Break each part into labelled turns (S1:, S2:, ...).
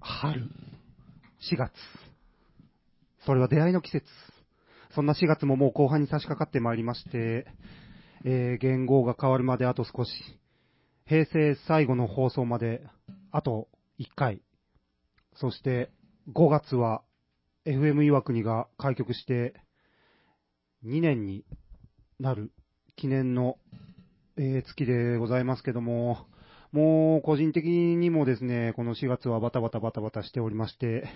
S1: 春、4月。それは出会いの季節。そんな4月ももう後半に差し掛かってまいりまして、えー、言語が変わるまであと少し。平成最後の放送まであと1回。そして5月は FM 岩国が開局して2年になる記念の、えー月でございますけども、もう個人的にもですね、この4月はバタバタバタバタしておりまして、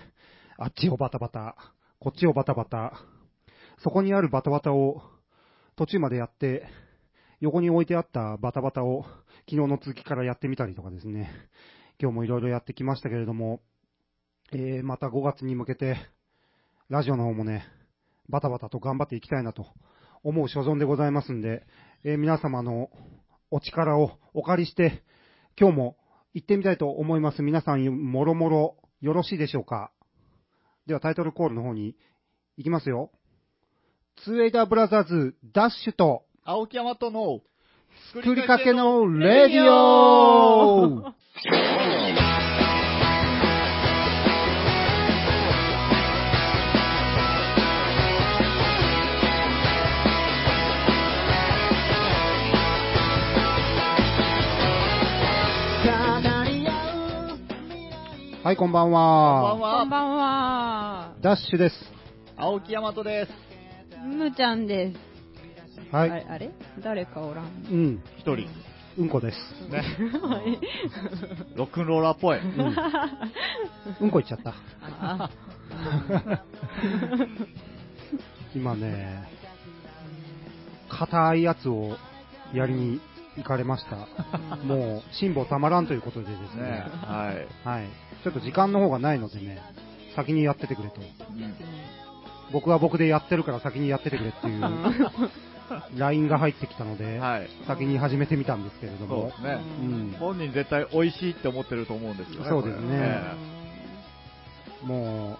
S1: あっちをバタバタ、こっちをバタバタ、そこにあるバタバタを途中までやって、横に置いてあったバタバタを昨日の続きからやってみたりとかですね、今日もいろいろやってきましたけれども、えー、また5月に向けて、ラジオの方もね、バタバタと頑張っていきたいなと思う所存でございますんで、えー皆様のお力をお借りして、今日も行ってみたいと思います。皆さん、もろもろよろしいでしょうかではタイトルコールの方に行きますよ。ツーエイダーブラザーズ、ダッシュと、
S2: 青木山との、
S1: 作りかけのレディオはい、こんばん
S2: こんばん
S1: は。
S3: こん
S2: は、
S3: ばんは。
S1: ダッシュです。
S2: 青木山とです。
S3: むーちゃんです。
S1: は
S3: あれ
S1: い。
S3: あれ誰かおらん。
S1: うん、
S2: 一人。
S1: うんこです。
S2: ね。ロックンローラーっぽい。
S1: うん、うんこ行っちゃ った。
S3: あ
S1: 今ね、硬いやつをやりに行かれました。 もう、辛抱たまらんということでですね。
S2: ねはい。
S1: はい。ちょっと時間の方がないのでね、先にやっててくれと。僕は僕でやってるから先にやっててくれっていう LINE が入ってきたので、
S2: はい。
S1: 先に始めてみたんですけれど
S2: そう
S1: も
S2: で、すね。
S1: うん、
S2: 本人絶対美味しいって思ってると思うんですよね。
S1: そうですね
S2: これ
S1: もう、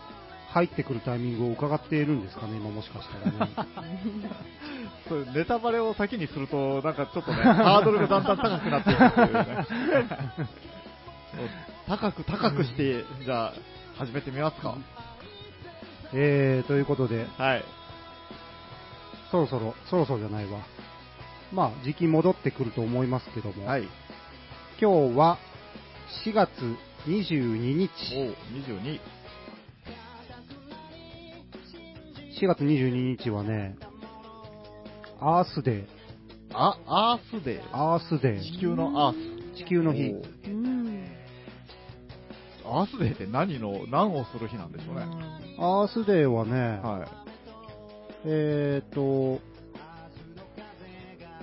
S1: 入ってくるタイミングを伺っているんですかね、今もしかしたらね。
S2: そうネタバレを先にすると、なんかちょっとね、ハードルがだんだん高くなっていくっ ていうね。そう高く高くして、じゃあ、始めてみますか。
S1: えー、ということで、
S2: はい。
S1: そろそろ、そろそろじゃないわ。まあ、時期戻ってくると思いますけども、
S2: はい。
S1: 今日は4月22日、
S2: おう、22。
S1: 4月22日はね、アースデー、
S2: あ、アースデー。
S1: アースデ
S2: 地球のアー
S1: ー、地球
S2: ス。
S1: の日
S2: お、う
S3: ーうん。
S2: アースデーって何の、何をする日なんでしょうね。
S1: アースデーはね、
S2: は
S1: えーと、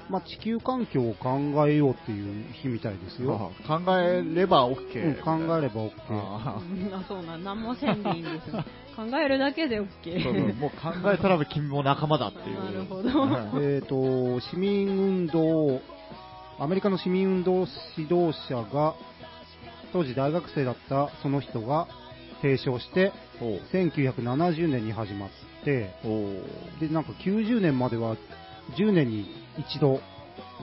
S1: まあ、地球環境を考えようっていう日みたいです
S2: い。
S1: よ。
S2: 考えれば OK みた
S1: う
S2: いな。
S1: ん、考えれば OK。
S2: あ
S3: あ、そうなん、何もせんでいいんですね。考えるだけで OK。
S2: ーそうそうもう考えたらば君も仲間だっていう。
S3: なるほど
S2: はい
S1: えーと、市民運動、アメリカの市民運動指導者が、当時大学生だったその人が提唱して、
S2: おう
S1: 1970年に始まって、
S2: おう
S1: で、なんか90年までは10年に一度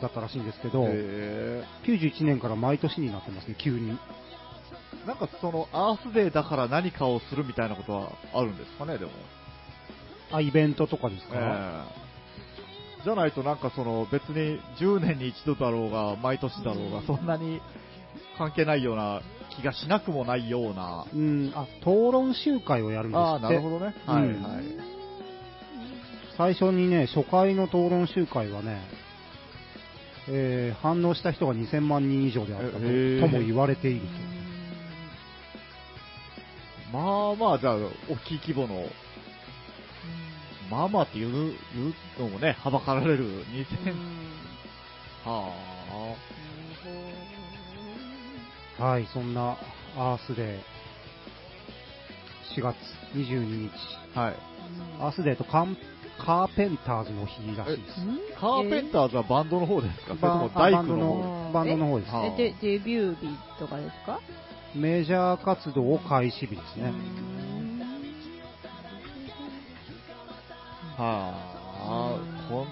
S1: だったらしいんですけど、
S2: へ
S1: 91年から毎年になってますね、急に。
S2: ーなんかそのアースデーだから何かをするみたいなことはあるんですかね、でも。
S1: あ、イベントとかです
S2: え
S1: か、
S2: ーじゃないとなんかその別に10年に一度だろうが、毎年だろうが、そんなに関係ないような気がしなくもないような。
S1: うん、あ、討論集会をやるんです
S2: ああ、
S1: っ
S2: なる
S1: て
S2: ほ。どね。
S1: うん
S2: はいはい。
S1: 最初にね、初回の討論集会はね、えー反応した人が2000万人以上であったとと
S2: えへー
S1: も言われていると。
S2: まあまあ、じゃあ、大きい規模の、まあまあっていう言うのもね、はばかられる
S3: うん
S2: 2000、は
S1: はい、そんなアースデー、4月22日、
S2: あ、はい。
S1: アースデーとカンカーペンターズの日らしいです。
S2: カーペンターズはバンドの方ですか、それと
S1: バ
S2: も
S1: ンあ
S2: 大
S1: バン
S2: 工
S1: ド
S2: の方
S1: のバンドの方です
S2: は。あ
S3: え、で、デビュー日とかですか
S1: メジャー活動を開始日ですね。
S2: はあ、こん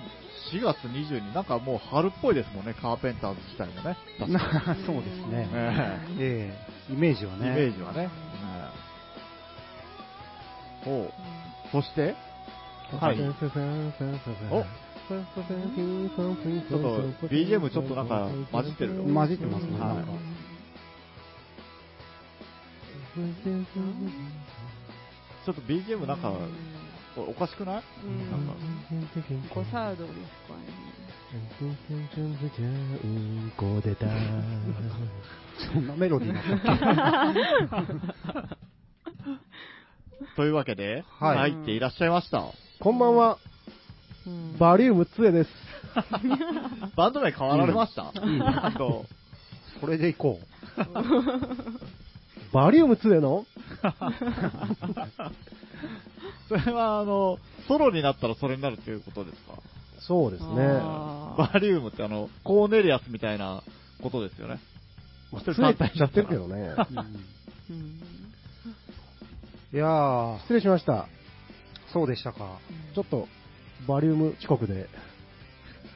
S2: 4月22なんかもう春っぽいですもんね、カーペンターズ自体もね。確か
S1: そうですね。
S2: ね
S1: ええイメージは
S2: イメ
S1: ね。
S2: ージはね。ほう。そして、はい
S1: ちょっ
S2: おちょっと
S4: と
S2: BGM ちょっとなんか混じってるの
S1: 混じってますね
S2: は
S1: なんか
S2: い、ちょっと BGM なんかおおかしくない
S3: うん
S2: なんか
S3: 五サードですかね。
S4: うんこ出た
S1: そんなメロディーなんだ
S2: というわけで、
S1: はい
S2: 入っていらっしゃいました
S4: こんばんは
S3: うん
S4: バリウム2です
S2: バンド名変わられました、 あと
S1: それでいこう。
S4: バリウム2の
S2: それはあのソロになったらそれになるということですか
S4: そうですね
S3: あー
S2: バリウムってあのコーネリアスみたいなことですよね
S4: まあ
S2: 一人
S4: 失礼
S2: 単
S4: し
S2: 体
S4: ちゃってるけどね
S3: うん
S1: いやー、
S4: 失礼しました
S1: そうでしたか。
S4: ちょっとバリウム遅刻です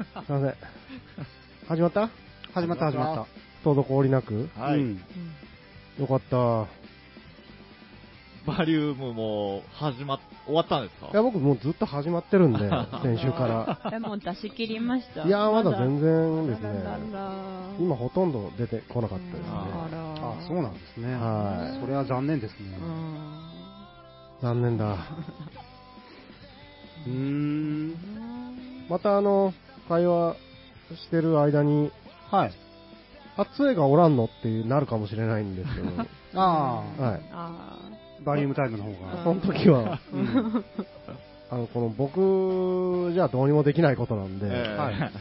S4: いません始まった
S1: 始まった始まっ
S4: 滞りなく
S1: た。
S2: はい、
S1: うん
S3: うん
S4: よかった
S2: バリウムも始まっ終わったんですか
S4: いや僕もうずっと始まってる んで先週か
S3: あーえもう出し切りました。
S4: らいやーまだ全然です
S3: あらら
S4: ね
S3: ら
S4: 今ほとんど出てこなかったですね
S3: あら
S1: あ、そうなんですね。
S4: はい
S1: それは残念ですね。
S4: 残念だ
S1: うーん。
S3: うん
S4: またあの会話してる間に
S1: はい。
S4: あつえがおらんのってなるかもしれないんですけど
S1: ああ、
S4: はい
S3: あ
S1: バリウムタイムの方が。
S4: その時は
S1: うん
S4: あのこの僕じゃどうにもできないことなんで、
S2: えー
S1: はい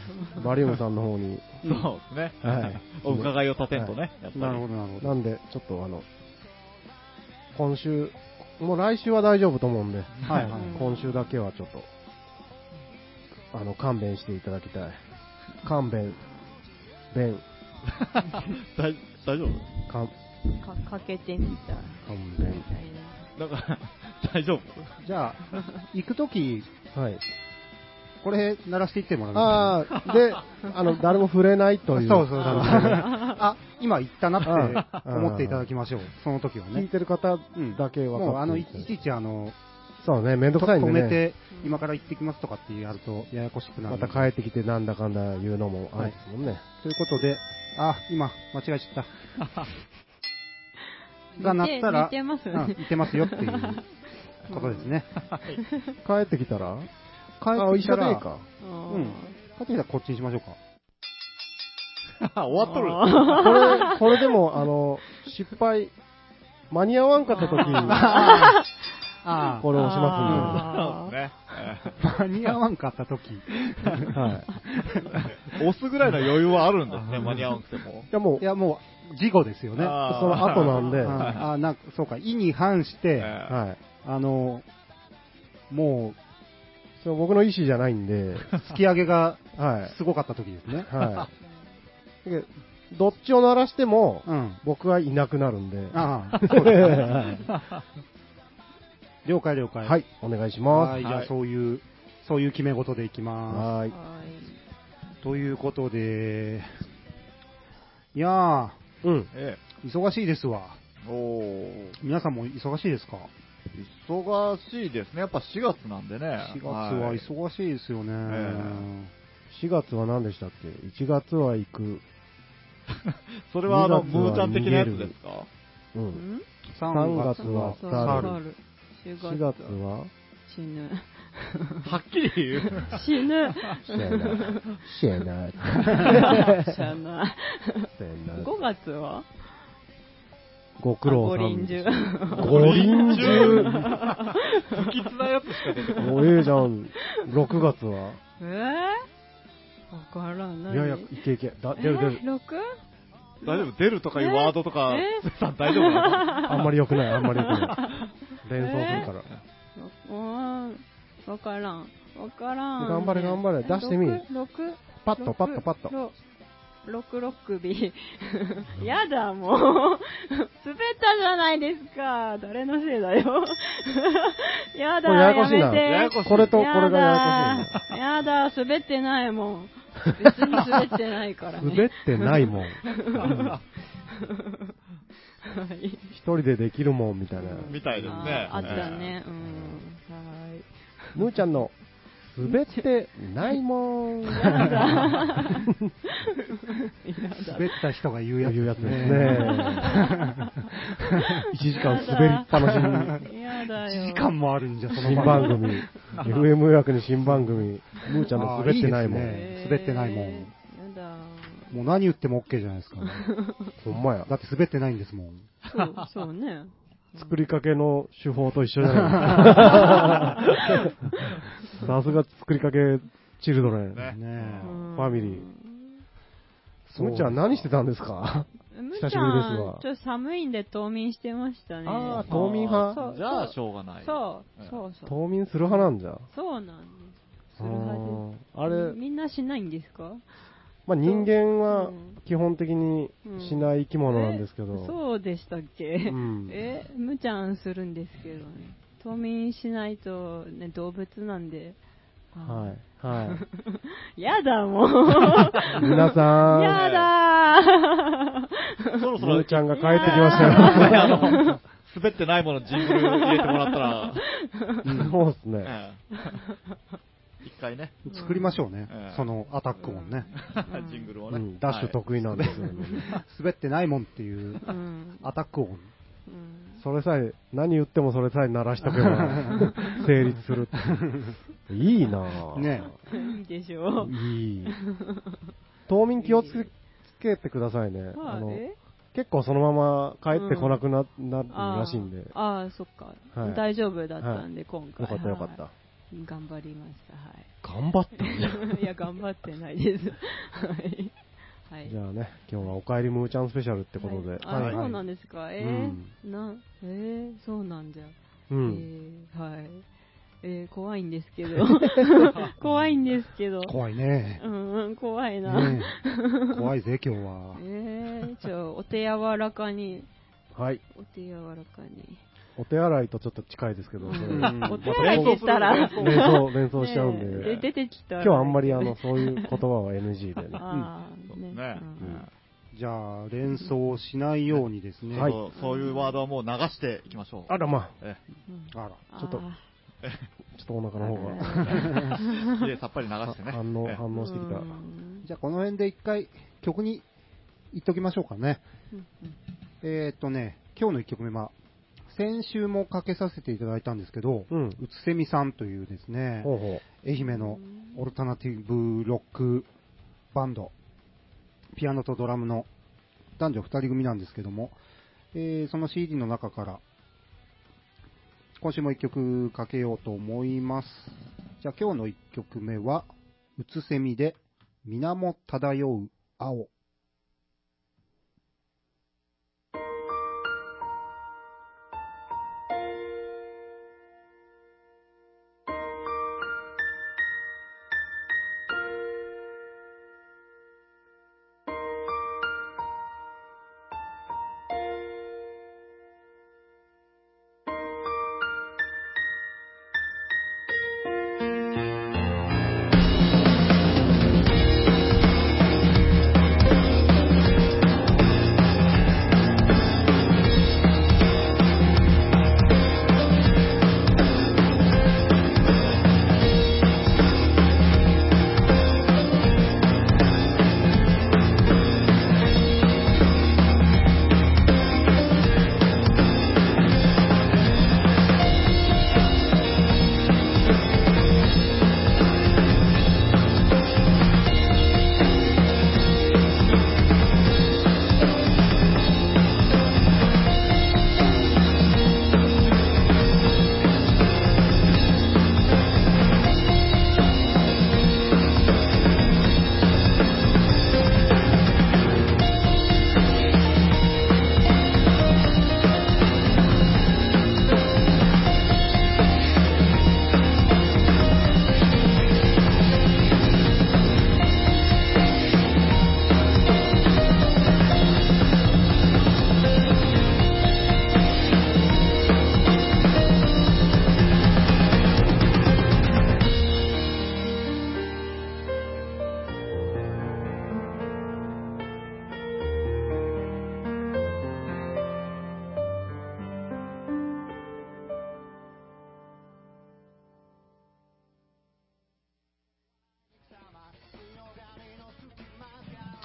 S4: バリウムさんの方に
S2: そうですね、
S4: はい
S2: お伺いを立てんとね、やっぱり
S1: なるほど、なるほど。
S4: なんでちょっとあの今週もう来週は大丈夫と思うんで
S1: はいはい。
S4: 今週だけはちょっと、あの、勘弁していただきたい。勘弁、弁、
S2: 大大丈夫
S4: 勘、
S3: ーかかけてみたい
S4: 勘
S3: み
S4: 弁。
S3: たい
S2: なんか 大丈夫
S1: じゃあ、行く時
S4: はい。
S1: これ鳴らしていってもらえます
S4: ああ、で、あの、誰も触れないという。
S1: そうそうそう。
S4: あ
S1: あ、今行ったなって思っていただきましょう。その時は
S4: の聞い
S1: ね。
S4: てる方
S1: うん
S4: だけ
S1: もうあ
S4: は
S1: の、いちいちあの、
S4: そうね、めんどくさいん
S1: 止
S4: で
S1: め
S4: ね。
S1: て、今から行ってきますとかってやるとややこしくなる
S4: ま
S1: んで。
S4: た帰ってきてなんだかんだ言うのもあれですもんね。
S1: ということで、あ、今、間違えちゃっ
S3: な。
S1: た。 が鳴ったら、
S3: 似て似てます
S1: う
S3: よ
S1: ん
S3: ね。
S1: 行ってますよっていうことです ね。
S4: 帰ってきたら
S1: 帰
S4: あ
S1: ってきた
S4: 一緒でいい
S1: ら、
S4: か。
S1: うん。帰ってきたらこっちにしましょうか。
S2: 終わっとる
S4: これ、これでも、あの、失敗、間に合わんかった時に、
S1: あ
S4: これを押します
S2: そう
S4: んで。
S2: ですね
S1: 間に合わんかった時。
S4: はい。
S2: 押すぐらいの余裕はあるんです ね、間に合わなくても
S4: い。やもう
S1: い、や、もう、事故ですよね。あ
S2: あー
S4: その後なんで、は
S1: あー、なんか、そうか、意に反して、
S2: え
S4: い。
S1: あの、も
S4: それ僕の意思じゃないんで、
S1: う、突き上げが
S4: は
S1: すごかった時です ね。
S4: い。はい。だけどどっちを鳴らしても、
S1: うん。
S4: 僕はいなくなるんで、は
S1: ああ、そうですね了解了解。
S4: い、お願いし
S1: は
S4: ま
S1: い。
S4: す。
S1: じゃあ、そういう、そういう決め事でいきま
S4: は
S3: は
S4: い。
S3: い
S1: す。ということで、いや
S4: うん。
S2: え
S1: ー、忙しいですわ。
S2: えお
S1: 皆さんも忙しいですか
S2: お。忙しいですね。やっぱ4月なんでね。
S1: ?4 月は忙しいですよね。
S2: え
S4: 4月は何でしたっけ ?1 月は行く。
S2: それはあの、
S4: 二月
S2: ム
S4: は
S2: ーちゃん的なやつですか
S4: うん。
S1: 3
S4: 3
S1: 月
S4: 月は
S1: 猿
S4: 猿。
S3: 4
S4: 4月は
S3: 死ぬ。
S2: はっきり言う。
S3: 死ぬ。
S4: シェ ナ。シェナ。
S3: じゃない。
S4: シェナ
S3: 5月は
S4: ご苦労
S3: あ
S4: さ
S3: 五
S4: ん
S3: 輪
S4: で
S3: 中
S4: す。。五輪中
S2: 不吉なやつしか出てこない。
S4: もうええじゃん。6月は
S3: えぇ、わからんない。
S4: いやいや、いけいけ。だ出る出る
S3: え。ー 6?
S2: 大丈夫出るとかいうワードとか、
S3: え
S2: つえさん大丈夫なの
S4: あんまり良くない、あんまり良くない。連想するから。
S3: うーんわからん。わからん。
S4: 頑張れ頑張れ出してみ
S3: 6、6
S4: パッとパッとパッと。
S3: 6ロックビー。 やだ、もう。滑ったじゃないですか。誰のせいだよ。 やだ、
S4: これややこしいな
S3: めて。
S2: ややこしい
S4: これとこれがややこ
S3: やだ、やだ滑ってないも ん。別に滑ってないから
S4: しい
S3: ね。
S4: な。滑ってないもん。
S3: はい。
S4: 一人でできるもんみたいな。
S2: みたいですね。
S3: あーあったね。うん。はい。
S4: むーちゃんの、滑ってない もん。
S3: やだ。や
S1: 滑った人が言うやつ
S4: いうやつですね。 一時間滑りっぱなし
S3: だ。やだよ。
S1: 1時間もあるんじゃ、そ
S4: に。
S1: の
S4: 新番組。FM 予約の新番組。むーちゃんの滑ってないも
S1: あーいいです
S4: ん。
S1: ね滑ってないもん
S3: えー や
S1: もう何言っても OK じゃないですか。
S4: ほんまや。
S1: だって滑ってないんですもん。
S3: だ。そう、そうね。
S4: 作りかけの手法と一緒じゃないさすが作りかけチルドレン。
S2: ね
S1: ねえ
S3: フ
S4: ファミリーむーちゃん何してたんですか
S3: む
S4: 久しぶりです
S3: ちゃ
S4: わ
S3: ん、ちょっと寒いんで冬眠してましたね。
S4: あー 冬眠派
S3: そう
S2: じゃあ、しょうがない。
S3: そう、
S2: ん
S3: そうそう。
S4: 冬眠する派なんじゃ。
S3: そうなんです。するは
S4: あーあ
S3: ずです
S4: れ、
S3: みんなしないんですか
S4: まあ、人間は
S3: うん
S4: 基本的にしない生き物なんですけど。
S3: えそうでしたっけ、
S4: ん
S3: え、むちゃんするんですけどね。冬眠しないと、ね、動物なんで。
S4: はい。はい。
S3: い。やだ、もう。
S4: 皆さん、
S3: やだ
S2: そろそ
S4: む
S2: ろ
S4: ー、ちゃんが帰ってきました
S2: あの、滑ってないものジングル入れてもらったら、
S4: よ。 そうですね。
S2: え え一回ね、
S1: 作りましょうね
S2: ええ。
S1: そのアタックもね。
S3: ん
S2: ジングルを
S4: う
S2: ね
S4: ん。ダッシュ得意なんですよね。
S1: 滑ってないもんっていう
S3: ー。うん。
S1: アタック音。
S3: うん
S4: それさえ、何言ってもそれさえ鳴らしとけば 成立するっていう。いいな ぁ。
S1: ね
S3: いいでしょう。
S4: いい。冬眠気をつけつけてくださいね。
S3: まあ
S4: あの
S3: え
S4: 結構そのまま帰ってこなくな,、なるらしいんで。
S3: あーあー、そっか、
S4: はい
S3: 大丈夫だったんで、今回。
S4: よかったよかった
S3: はい。頑張りました。は
S4: 頑張った。
S3: い。 いや、頑張ってないです。 はい。はい。
S4: じゃあね、今日はおかえりむーちゃんスペシャルってことで。
S3: あ、
S1: はい
S3: そうなんですか。えーな、えーそうなんじゃ。
S4: うん。
S3: えーはい。えー怖いんですけど。 怖いんですけど。
S1: 怖いね。
S3: うんうん、怖いな。
S1: ねえ怖いぜ、今日は
S3: え。ー、じゃあ、お手柔らかに。
S4: はい。
S3: お手柔らかに。
S4: お手洗いとちょっと近いですけど、それ
S1: ん
S4: 連
S3: お手洗いって言ったら、
S4: 想、連想しちゃうん
S3: ね
S4: で
S3: え。出てきたら
S4: 今日はあんまりあの、そういう言葉は NG でね。
S3: ああ、ね。
S2: ね
S3: うん
S1: じゃあ、連想しないようにですね。
S4: はい
S2: そうそういうワードはもう流していきましょう。
S4: あらまあ、
S2: え
S3: うん
S1: あら。
S3: あー
S4: ちょっとちょっとお腹の方が
S2: えきれいさっぱり流してね。
S4: あ反応、
S2: ええ
S4: 反応してきた
S3: う。ん
S1: じゃあ、この辺で一回曲に行っときましょうかね。
S3: うん
S1: えーっとね、今日の1曲目は、先週もかけさせていただいたんですけど、
S4: うん。
S1: うつせみさんというですね、
S4: ほうほ
S1: 愛媛のオルタナティブロックバンド、ピアノとドラムの男女2人組なんですけども、えーその CD の中から、今週も1曲かけようと思います。じゃあ今日の1曲目は、うつせみで、水面漂う青。
S5: 「水面漂う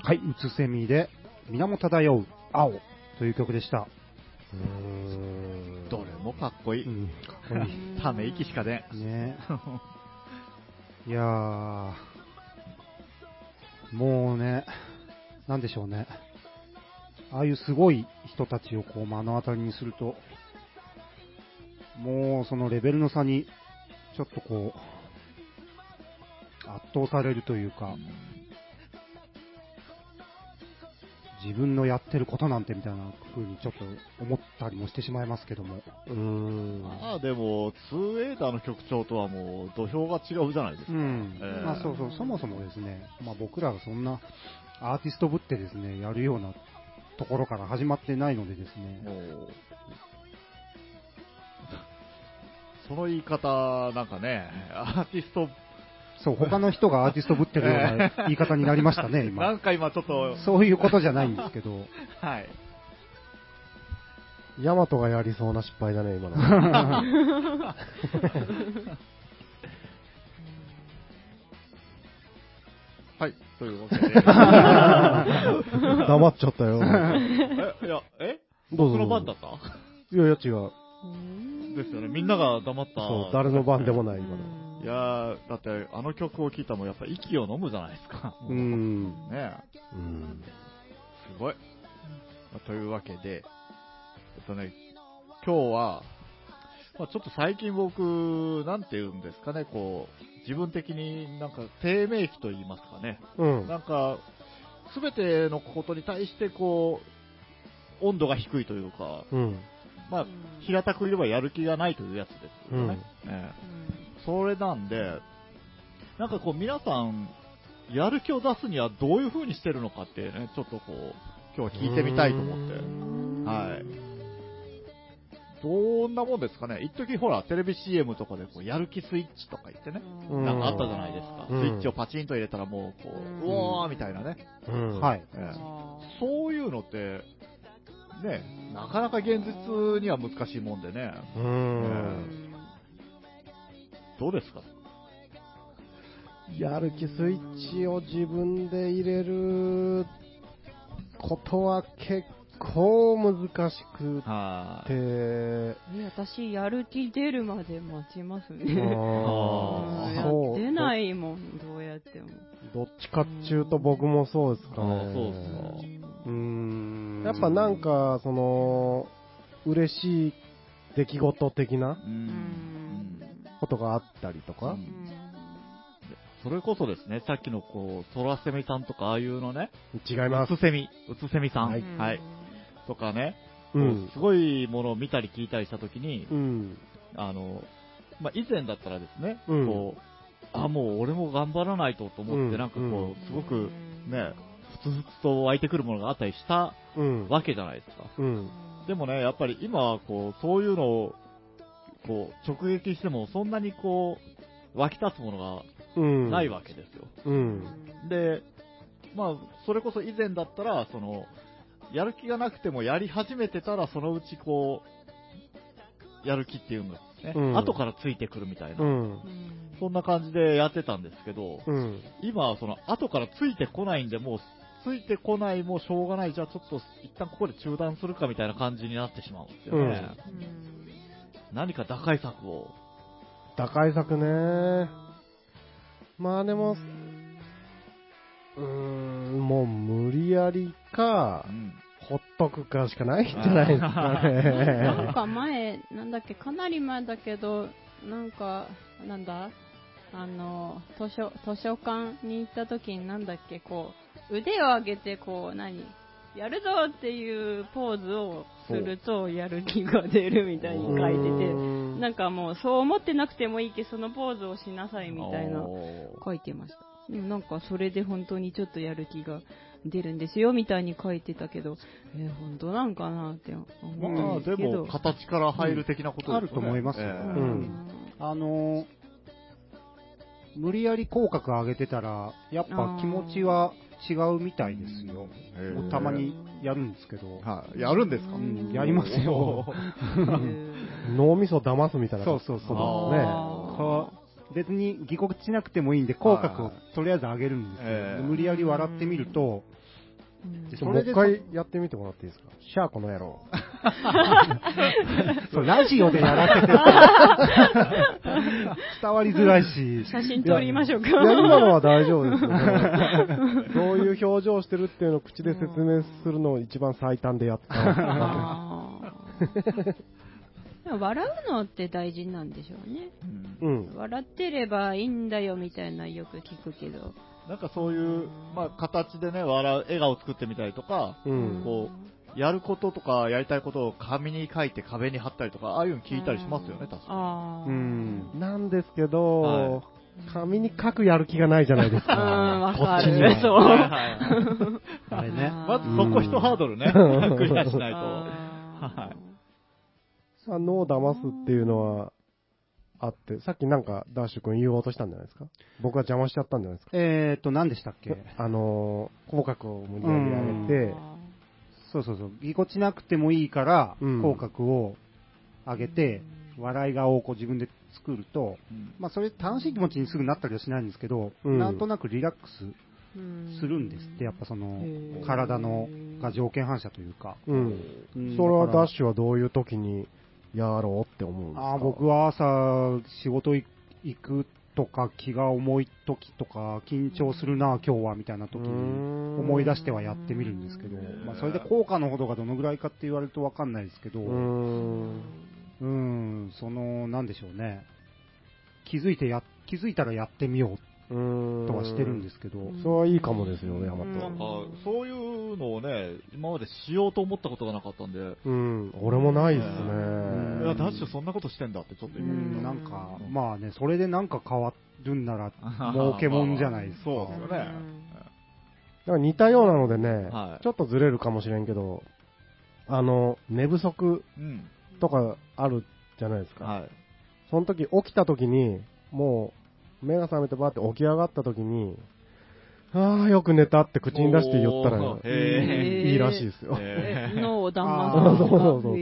S1: はい、うつせみで、水面漂う青という曲でした。
S4: うーん
S2: どれもかっこいい。
S1: うん、かっこい
S2: ため息しか出ん。
S1: い。ねいやー、もうね、なんでしょうね。ああいうすごい人たちをこう目の当たりにすると、もうそのレベルの差に、ちょっとこう、圧倒されるというか、自分のやってることなんてみたいな風にちょっと思ったりもしてしまいますけども。
S4: うーん
S2: まあでも、ツーエイダーの曲調とはもう土俵が違うじゃないです
S1: う
S2: か。
S1: ん
S2: えー
S1: まあ、そうそうそもそもですね、まあ、僕らがそんなアーティストぶってですねやるようなところから始まってないのでですね、
S2: もうその言い方、なんかね、アーティスト、
S1: そう他の人がアーティストぶってるような言い方になりましたね、
S2: な
S1: 今
S2: ん、か今ちょっと、
S1: そういうことじゃないんですけど、
S2: はい。
S4: ヤマトがやりそうな失敗だね、今 の。
S2: はい、というわけで。
S4: 黙っちゃったよ。
S2: え、いや、え
S4: どうぞ
S2: 僕の番だった
S4: いやいや違う。
S2: ですよね。みんなが黙った。
S4: そう、誰の番でもない、今の。
S2: いやー、だってあの曲を聴いたらもうやっぱ息を飲むじゃないですか。
S1: う
S2: ね
S1: ん、
S2: え。
S4: うん。
S2: すごい。まあというわけで、えっとね、今日は、まあ、ちょっと最近僕、なんて言うんですかね、こう、自分的になんか低迷期と言いますかね、
S4: うん。
S2: なんか、すべてのことに対してこう、温度が低いというか、
S4: うん。
S2: まあ、平たく言えばやる気がないというやつですよね。ええそれなんで、なんかこう皆さん、やる気を出すにはどういう風にしてるのかってね、ちょっとこう、今日は聞いてみたいと思って。はい。どんなもんですかね一時ほら、テレビ CM とかでこうやる気スイッチとか言ってね、
S4: うん
S2: なんかあったじゃないですか。
S4: うん
S2: スイッチをパチンと入れたらもう、こう、
S3: うん
S2: うおーみたいなね。
S4: うん。。
S1: はいい、
S2: ええそういうのって、ね、なかなか現実には難しいもんでね。
S4: う。
S2: うんどうですか
S4: やる気スイッチを自分で入れることは結構難しく
S2: は
S4: て、
S3: え私、やる気出るまで待ちます
S4: う
S3: ね。
S2: あ
S4: ん
S2: ー
S4: そう。
S3: 出ないもん、どうやっても。
S4: どっちかっちゅうと僕もそうですか
S2: あ
S4: ね
S2: ー。そうっ
S1: うーん
S4: やっぱなん、か、その、嬉しい出来事的な
S2: う
S3: うん
S2: ん。
S4: ことがあったりとか、
S2: うんそれこそですね、さっきのこう、トラセミさんとか、ああいうのね、
S4: 違います
S2: う。つせみ、うつせみさん、は、
S4: はい
S2: とかね、
S4: うん
S2: こ。すごいものを見たり聞いたりしたときに、
S4: うん。
S2: あの、まあ、以前だったらですね、
S4: うん
S2: こう、あ、もう俺も頑張らないとと思って、
S4: うん
S2: なんかこう、
S4: うん
S2: すごくね、ふつふつと湧いてくるものがあったりした
S4: うん。
S2: わけじゃないですか。
S4: うん。
S2: でもね、やっぱり今はこう、そういうのを、こう、直撃しても、そんなにこう、湧き立つもの
S4: うん。
S2: がないわけですよ。
S4: うん。
S2: で、まあ、それこそ以前だったら、その、やる気がなくてもやり始めてたら、そのうちこう、やる気っていうのですね、
S4: うん
S2: 後からついてくるみたいな、
S4: うん。
S2: そんな感じでやってたんですけど、
S4: うん。
S2: 今はその、後からついてこないんで、もう、ついてこないもうしょうがない、じゃあちょっと一旦ここで中断するかみたいな感じになってしまうんですよね。何か打開策を。
S4: 打開策ね。まあでも、うーん、もう無理やりか、ほっとくかしかないんじゃないですか
S3: な ん
S4: ね。
S3: か前、なんだっけ、かなり前だけど、なんか、なんだあの、図書、図書館に行った時になんだっけ、こう、腕を上げて、こう、何やるぞっていうポーズをすると、やる気が出るみたいに書いてて、
S4: て
S3: なんかもう、そう思ってなくてもいいけど、そのポーズをしなさいみたいな
S2: お、ー
S3: 書いてました。でもなんか、それで本当にちょっとやる気が出るんですよ、みたいに書いてたけど、えー本当なんかなって思
S2: まあ、
S3: うんです
S2: で
S3: けど。
S2: も、形から入る的なことですよね、
S1: あると思いますよ
S2: ええ
S4: ん
S1: あのー無理やり口角上げてたら、やっぱ気持ちは違うみたいですよ、
S2: え
S1: もうたまにやるんですけど、
S2: はい、やるんですか、
S1: うんやりますよ。
S4: 脳みそ騙すみたいな。
S1: そうそうそう
S2: あー
S1: こう別にぎこちなくてもいいんで、口角をとりあえず上げるんですよ、
S2: ええ
S1: 無理やり笑ってみると、
S3: うん
S1: で
S4: もう一回やってみてもらっていいですかシャーこの野郎。
S1: そうラジオでやらせて伝わりづらいし、
S3: 写真撮りましょうか。
S4: いや、今のは大丈夫ですよ。 どういう表情してるっていうのを口で説明するのを一番最短でや った。
S3: あーでも笑うのって大事なんでしょうね。
S2: うん
S4: うん。
S3: 笑ってればいいんだよみたいなよく聞くけど。
S2: なんかそういう、まあ、形でね、笑う、笑顔作ってみたりとか、
S4: うん。
S2: こう、やることとか、やりたいことを紙に書いて壁に貼ったりとか、ああいうの聞いたりしますよね、確か
S3: あー
S1: うん
S4: なんですけ
S2: は
S4: ど、紙に書くやる気がないじゃないです
S3: うん、わ
S4: か。
S3: か
S1: こっちには
S3: る。そう。
S2: はいはいはい
S1: あれね。
S2: まずそこ一ハードルね、
S4: うん
S2: クリアしないと。
S3: あ
S4: さあ、脳を騙すっていうのはあって、さっきなんかダッシュ君言おうとしたんじゃないですか僕が邪魔しちゃったんじゃないですか
S1: えーと、何でしたっけ
S4: あのー、口角を無理やり上
S3: ー
S4: げて、
S1: そうそうそう、ぎこちなくてもいいから、
S4: うん
S1: 口角を上げて、笑い顔をこう自分で作ると、まあ、それ楽しい気持ちにすぐなったりはしないんですけど、
S4: うん
S1: なんとなくリラック
S3: うん
S1: スするんですって、やっぱその
S3: へー、
S1: 体のが条件反射というか。
S4: うん。
S1: うん
S4: それは
S1: だから
S4: ダッシュはどういう時にやろうって思うんですか
S1: あー僕は朝、仕事い行くとか、気が重い時とか、緊張するな、今日はみたいな時
S4: うー
S1: に
S4: ん
S1: 思い出してはやってみるんですけど、
S2: ん
S1: まあ、それで効果のほどがどのぐらいかって言われるとわかんないですけど、
S4: うー
S1: うんーん、その、なんでしょうね、気づいてや、気づいたらやってみよ
S4: うー
S1: うんとはしてるんですけど、
S3: ん
S4: それはいいかもですよねヤマ
S3: う
S2: な
S4: ト
S2: んか、そういうのをね、今までしようと思ったことがなかったんで、い
S4: うん俺もないですね
S1: ん
S2: や、ダッシュそんなことしてんだってちょっと
S1: う
S2: 今
S1: ん、なんか、まあね、それでなんか変わるんなら、
S2: 儲
S1: 儲けもんじゃないですか
S2: そうですよね。
S4: なんか似たようなのでね
S2: はい
S4: ちょっとずれるかもしれんけどあの寝不足
S2: うん。
S4: とかあるじゃないですか
S2: はい。
S4: その時起きた時にもう目が覚めてバーって起き上がった時にああよく寝たって口に出して言った
S2: おー
S4: ら
S2: へ
S3: へー
S4: いいらしいですよ
S2: え
S3: え
S2: ー
S3: 脳を弾
S1: あ
S3: 丸
S1: ーそう
S4: そうそうそう
S1: あ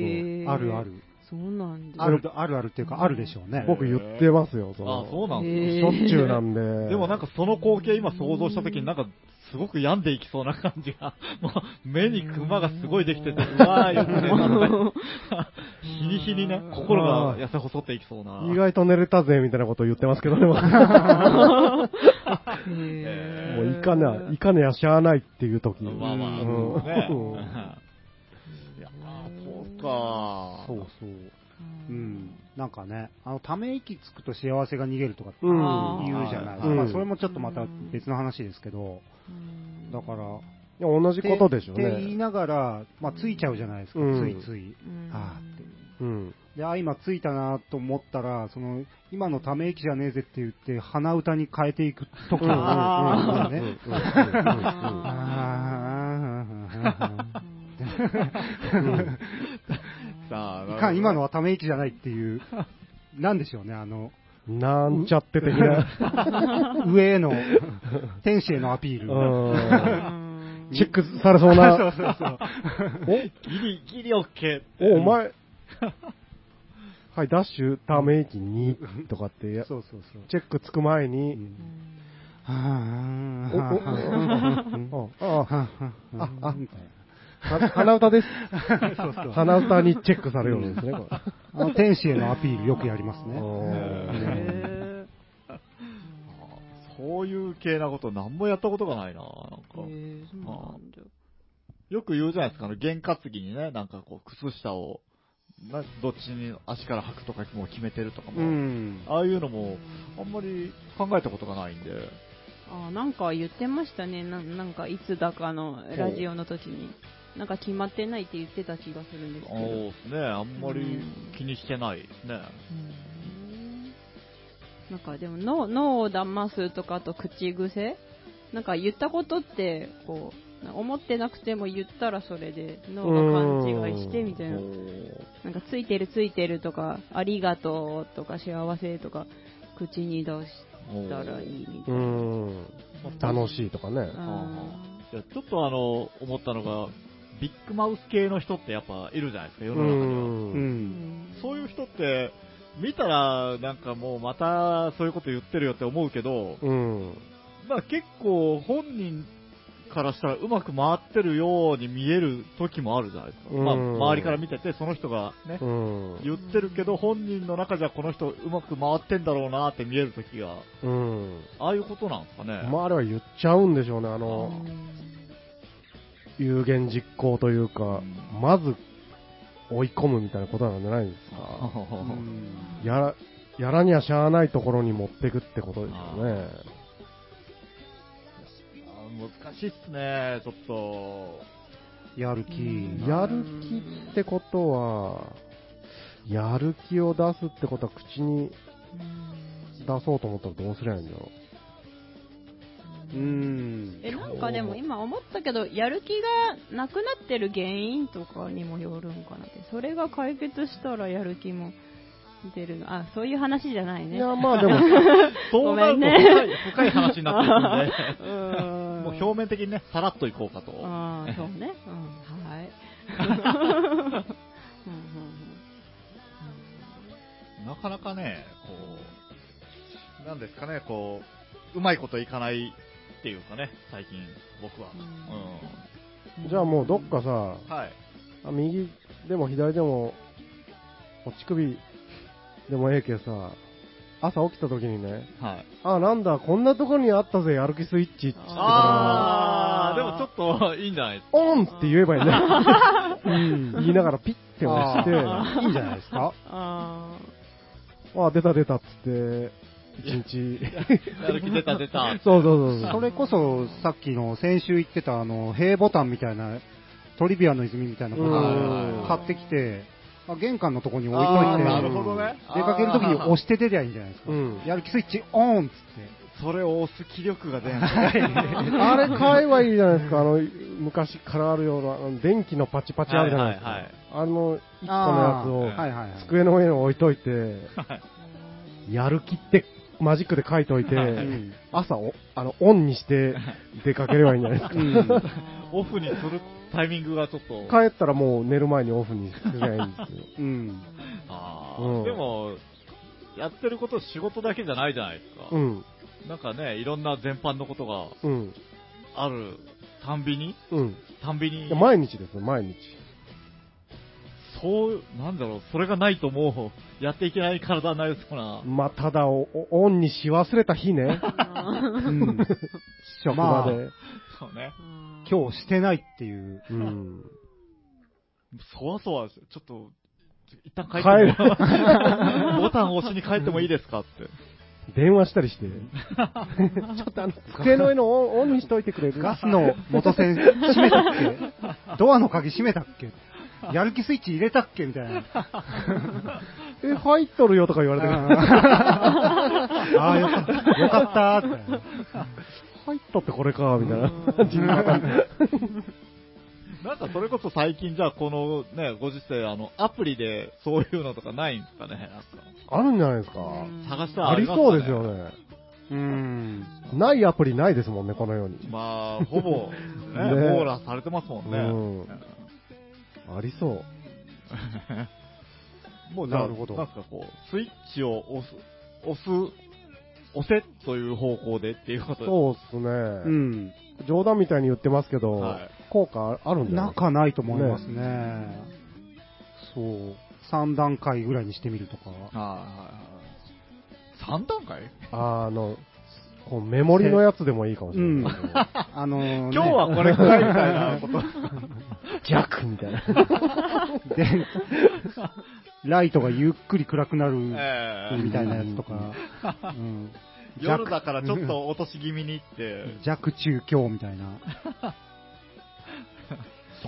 S1: るあ。
S3: へー
S1: る。
S3: そうなんだ。
S1: ある、あるあるっていうか、あるでしょうね。
S4: 僕言ってますよそ
S2: あ
S4: の、
S2: そうなん
S3: へ
S2: で
S4: しょっちゅうなんで。
S2: すでもなんかその光景今想像した時になんかすごく病んでいきそうな感じが、 もう目にクマがすごいできてて、うわーよく寝たって日に日にね、心が痩せ細っていきそうな。
S4: 意外と寝れたぜ、みたいなことを言ってますけど ね、もう
S3: へー
S4: もういかな、いかねやしゃあないっていう時。
S2: まあまあ、
S4: うん
S2: そうね。
S4: うん
S2: いやー、そうか。
S1: そうそう。うん。なんかね、あの、ため息つくと幸せが逃げるとかって
S4: うん
S3: あー
S1: 言うじゃないですか。
S4: うん
S1: まあ、それもちょっとまた別の話ですけど、
S3: うん
S1: だから、
S4: でも同じことでしょ
S1: っ
S4: う
S1: て言い
S4: ね。
S1: ながら、まあ、ついちゃうじゃないですか、
S4: うん
S1: ついつい。
S3: うん
S1: あーって。
S4: うん。
S1: で、あ、今ついたなと思ったら、その、今のため息じゃねえぜって言って、鼻歌に変えていく時
S4: うん
S1: があるん
S4: うん
S1: ですよね。
S4: うん
S1: あー
S2: さあ、
S1: いかん、今のはため息じゃないっていう、なんでしょうね、あの、
S4: うんなんちゃって的な。
S1: 上 への、天使へのアピール。
S4: う
S3: う
S4: ん
S3: ん
S4: チェックされそ
S1: そ
S4: う
S1: う
S4: な。
S1: そうそう。
S2: ギリギリオッケー。
S4: お、お前。 はい、ダッシュ、ため息2とかってや、
S1: そうそうそう。
S4: チェックつく前
S1: う
S4: に、
S1: ん
S4: おお おああ、
S1: あ、あ、みたい
S4: は鼻歌です。
S1: な。そうそう。あ
S4: 鼻歌にチェックされるんですね、これ。
S1: の、天使へのアピールよくやりますね。
S3: へ
S2: そういう系なこと何もやったことがないな。なん
S3: ー
S2: か
S3: へーそうなんだ
S2: よく言うじゃないですか、あの、験担ぎにね、なんかこう、靴下を、などっちに足から履くとかもう決めてるとかも、
S1: うん。
S2: ああいうのも、あんまり考えたことがないんで、
S3: あなんか言ってましたねな、なんかいつだかのラジオの時に、なんか決まってないって言ってた気がするんですけ
S2: あ
S3: ど、
S2: ー
S3: うん
S2: ですね、あんまり気にしてないですね。
S3: なんかでも脳脳を騙すとか、あと口癖、なんか言ったことってこう、思ってなくても言ったらそれで脳が勘違いしてみたいな
S2: お、ー
S3: なんかついてるついてるとか、ありがとうとか幸せとか、口に出したらいいみたいな。
S4: うん。楽しいとか
S3: う
S4: ね。
S3: ん
S2: いやちょっとあの、思ったのが、ビッグマウス系の人ってやっぱいるじゃないですか、世の中に
S1: う
S2: は。
S4: うん
S1: ん。
S2: そういう人って、見たら、なんかもうまたそういうこと言ってるよって思うけど、
S4: うん。
S2: まあ結構本人からしたらうまく回ってるように見える時もあるじゃないですか。
S4: うん
S2: まあ、周りから見てて、その人がね
S4: う、ん。
S2: 言ってるけど、本人の中じゃこの人うまく回ってんだろうなって見える時が、
S4: うん。
S2: ああいうことなんですかね。
S4: まあ、あれは言っちゃうんでしょうね、あの、有言実行というか、
S2: うん
S4: まず追い込むみたいなことなんじゃないんですか。
S1: うん
S4: やら、やらにはしゃあないところに持ってくってことですよね。
S2: あー難しいっすね、ちょっと。
S1: やる気。
S4: やる気ってことは、やる気を出すってことは口に出そうと思ったらどうすりゃいいんだろ。
S1: うん。
S3: えなんかでも今思ったけどやる気がなくなってる原因とかにもよるんかなってそれが解決したらやる気も出るのあそういう話じゃないうね
S4: いや、まあでも、
S2: そうなる
S3: ごめ
S2: と深
S3: んね
S2: い,、深い話になってくるんで。
S3: うん
S2: もう表面的にね、さらっといこうかと。
S3: ああ、そうね。うん、 はい。うんうん
S2: なかなかね、こう、なんですかね、こう、うまいこといかないっていうかね、最近、僕は。う
S4: じゃあもうどっかさ、
S2: ん。はい。
S4: あ右でも左でも、こっち首でもええけさ、朝起きた時にね、
S2: はい。
S4: あ、なんだ、こんなとこにあったぜ、やる気スイッチって言ってから
S2: あ
S3: あ
S2: ー、
S3: ー
S2: でもちょっと、いいんじゃない
S4: オンって言えばいいね。
S1: うん
S4: 言いながらピッて押して、
S1: あーいいんじゃないですか。
S3: あ
S4: あ出た出たっつって、一日。
S2: やる気出た出た。
S4: そうそうそうそ。
S1: そうれこそ、さっきの、先週言ってた、あの、平ボタンみたいな、トリビアの泉みたいなこと
S4: うん
S1: を買ってきて、あ玄関のとこに置いといて、
S2: あーなる
S1: 出
S2: ほどね。
S1: かけるときに押
S2: し
S1: して出りゃいいんじゃないですか。
S4: うん
S1: やる気スイッチオンっつっ
S2: それを押す気力が出ない。
S4: あれ買えばいいじゃないですか。あの、昔からあるようなあの、電気のパチパチあるじゃないですか。
S2: はいはいはい
S4: あの、一個
S1: て。
S4: の
S1: あ
S4: や
S1: ー
S4: つを、
S1: はいはいはい。
S4: 机の上に置いといて、 やる気ってマジックで書いといて、
S1: うん
S4: 朝お、あの、オンにして出かければいいんじゃないですか。
S1: うん
S2: オフにするタイミングがちょっと。
S4: 帰ったらもう寝る前にオフにすりゃいい んですよ。
S1: うん。
S2: あ
S4: う
S2: ー
S4: ん
S2: でも、やってること仕事だけじゃないじゃないですか。
S4: うん、
S2: なんかね、いろんな全般のことが
S4: うん、
S2: あるたんびに、
S4: うん。
S2: たんびに
S4: いや、毎日ですよ、毎日。
S2: そう、なんだろう、それがないともう、やっていけない体になりそうな。
S4: まあ、ただお、おオンにし忘れた 日ね。
S1: うん。
S4: 職場
S1: まあ
S4: で。
S2: そうね。
S3: 日。
S1: 今日してないっていう。
S4: うん。
S2: そわそわ、ちょっと、一旦帰っても ボタン押しに帰ってもいいですかって。
S4: 電話したりして。ちょっとあの、机の上のオンオンにしといてくれる
S1: ガスの元栓閉めたっけドアの鍵閉めたっけやる気スイッチ入れたっけみたいな。
S4: え、入っとるよとか言われてる。
S1: ああ、よかった。よかったーって。
S4: 入っとってこれか、みたいな。
S1: 自分の中で
S2: なんかそれこそ最近じゃあこのね、ご時世、あの、アプリでそういうのとかないんですかね。なんか
S4: あるんじゃないですか。
S2: 探したら
S4: あり
S2: ます
S4: そ
S2: か
S4: うですよ。ね。
S1: うん。
S4: ないアプリないですもんね、このように。
S2: まあ、ほ ぼ、ね、
S4: ね
S2: 網羅されてますもんね。
S4: ありそう。
S2: もうじゃあ
S1: なるほど
S2: なんかこう、スイッチを押す、押す、押せという方向でっていうことう。
S4: そうっす
S1: う
S4: ね。
S1: ん。
S4: 冗談みたいに言ってますけど、
S2: はい
S4: 効果あるんじゃない
S1: な
S4: ですか
S1: かないと思いますね。そう。3段階ぐらいにしてみるとか。
S2: はいはいはい。3段階
S4: あの、こうメモリのやつでもいいかもしれない けど。
S1: あのーね
S2: 今日はこれくらいみたいなこと。
S4: 弱みたいな。
S1: で、ライトがゆっくり暗くなる
S2: え
S1: みたいなやつとか。うん
S2: え夜だからちょっと落とし気味にって。
S1: 弱中強みたいな。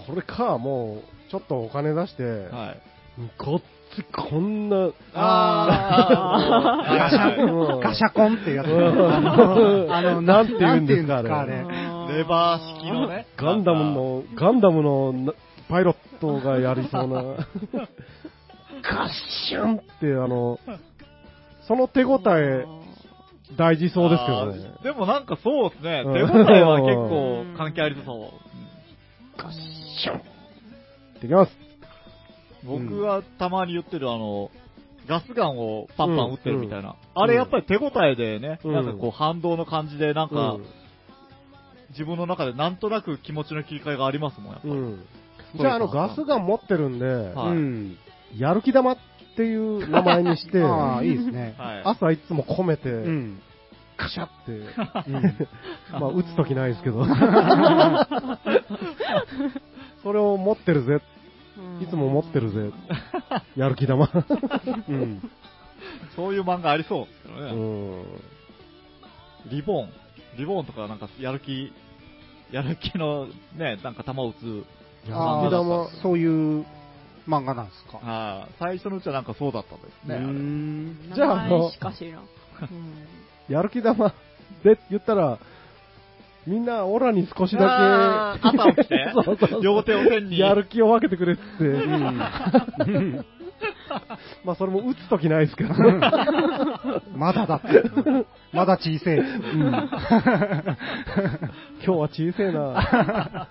S4: それか、もう、ちょっとお金出して、
S2: はい。
S4: こっちこんな、
S2: あーはいは
S4: うん
S1: ガシャコンってやつ。
S4: ん
S1: あの、
S4: なんて言うんですか
S1: なんて言う
S4: あ
S1: んですか
S2: い レバー式のね。
S4: ガンダムの、ガンダムのなパイロットがやりそう な、ガッシュンって、あの、その手応え、大事そうですけどね
S2: あ。ーでもなんかそうですね。
S4: うん
S2: 手応えは結構関係ありそう。
S4: ガッシュンできます。
S2: 僕はたまに言ってるあの、ガスガンをパンパン撃ってるみたいな。
S4: ん
S2: あれやっぱり手応えでね、
S4: うん
S2: なんかこう反動の感じでなんか、
S4: うん
S2: 自分の中でなんとなく気持ちの切り替えがありますもん、やっぱり。
S4: うん。じゃあ、あの、ガスガン持ってるんで、
S2: はい
S1: うん。
S4: やる気玉っていう名前にして、
S1: ああ、いいですね。
S2: はい。
S4: 朝いつも込めて、
S1: うん。
S4: カシャって、
S1: うん
S4: まあ、打つときないです けど。それを持ってるぜ。いつも持ってるぜ。やる気玉。
S1: うん。
S2: そういう漫画ありそうですけど
S4: う
S2: ね。
S4: ん。
S2: リボーン。リボーンとかなんかやる気、やる気のね、なんか球を打つ。
S4: や
S1: あ
S4: る気
S1: あ
S4: 玉。、
S1: そういう漫画なんですか。
S2: あー最初のうちはなんかそうだったんですね
S1: うー
S2: あれ。
S1: ん。
S4: じゃああ
S3: 名
S4: の
S3: 前しか知らん。うん
S4: やる気玉で言ったら、みんなオラに少しだ、
S2: あー朝起きて
S4: そうそうそう
S2: 両手を天
S4: け
S2: に。
S4: やる気を分けてくれって。
S1: うん
S4: まあそれも打つときないですけど。
S1: まだだって。まだ小せえ。
S4: 今日は小せえな。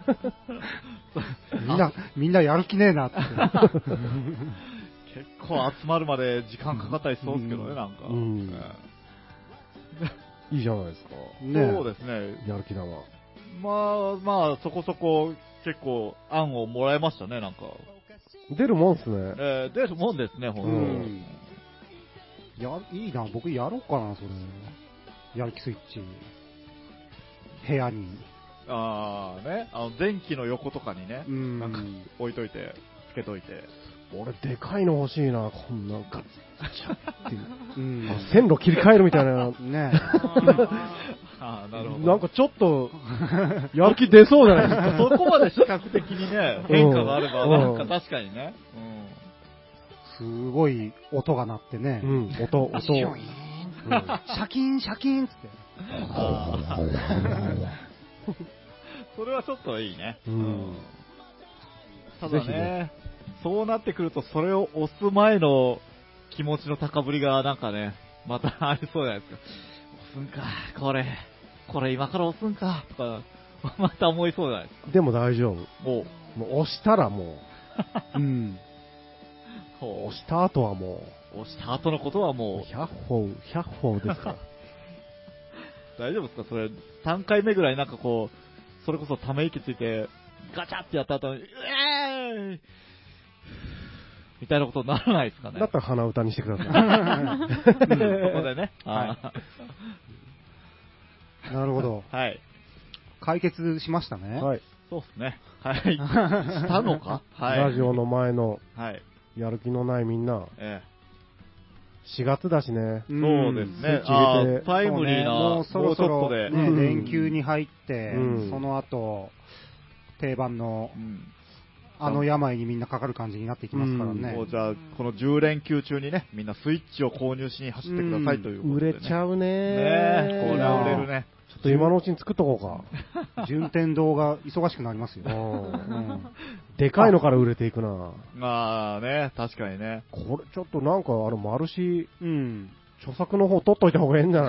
S1: みんな、みんなやる気ねえなって。
S2: 結構集まるまで時間かかったりしそうですけど
S1: う
S2: ね、
S1: ん
S2: なんか。
S4: うん
S2: ね
S4: いいじゃないですか。
S1: ね
S2: そうですね。
S4: やる気玉。
S2: まあまあ、そこそこ結構案をもらえましたね、なんか。
S4: 出るもんっすね。
S2: えー、ですもんですね、ほ
S1: うんん。や、いいな、僕やろうかな、それ。やる気スイッチ。部屋に。
S2: と。ああね、あの、電気の横とかにね
S1: う、ん。
S2: なんか置いといて、つけといて。
S4: 俺でかいの欲しいな、こんなガッっていう。
S1: うん。
S4: 線路切り替えるみたいな。
S1: ね
S2: ああ、なるほど。
S4: なんかちょっと、やる気出そうじゃないです か。
S2: そこまで視覚的にね、変化があれば、
S4: うん
S2: なんか確かにね。
S1: えすごい音が鳴ってね。
S4: うん、音、音。
S1: シュイーンうんシャキン、シャキンっつって。
S2: うんあーそれはちょっといいね。
S4: うん
S2: ただ
S4: ぜひ
S2: ね、そうなってくると、それを押す前の気持ちの高ぶりが、なんかね、またありそうじゃないですか。押すんか、これ、これ今から押すんか、とか、また思いそうじゃないです
S4: でも大丈夫。
S2: か。もう、
S4: もう押したらも
S1: うん。
S4: う、
S2: こ
S4: 押した後はも
S2: う押した後のことは
S4: う、
S2: も
S4: 100歩、100歩ですから。
S2: う、大丈夫ですかそれ、3回目ぐらいなんかこう、それこそため息ついて、ガチャってやった後に、うえーいみたいなことにならないです かね。
S4: だったら鼻歌にし てください。
S2: そこでね。
S1: はいなるほど。
S2: い。はい。
S1: 解決しましたね。
S4: はい。
S2: そうですね。はい。したのかはい。
S4: ラジオの前の
S2: はい。
S4: やる気のないみんな、
S2: え
S4: 4月だしね。
S2: え
S1: ん
S2: そうです
S4: スイッ
S2: ね
S4: チ。
S2: あ
S4: 入れ
S2: ー
S4: て
S2: タイムリーな、
S1: も
S2: も
S1: う
S2: う
S1: そろ
S2: ち
S1: そ
S2: ょ
S1: ろ、
S2: っとで。
S1: ね、
S4: うん
S1: 連休に入って、
S4: うん
S1: その後、定番の
S2: うん
S1: あの病にみんなかかる感じになっていきますからね。
S2: もうじゃあ、この10連休中にね、みんなスイッチを購入しに走ってくださいということ
S4: 売
S2: で、ね。
S4: れちゃうね
S2: ねえこ
S1: ー
S2: れ
S1: や
S2: は売れるね。
S4: ちょっと今のうちに作っとこ
S1: 順天堂が忙しくなりますよ
S4: うか。う。。
S1: うんん
S4: でかいのから売れていくな。
S2: まあね、確かにね。
S4: これちょっとなんかあのマルシー
S1: うん。
S4: 著作の方取っといた方がいいんじゃ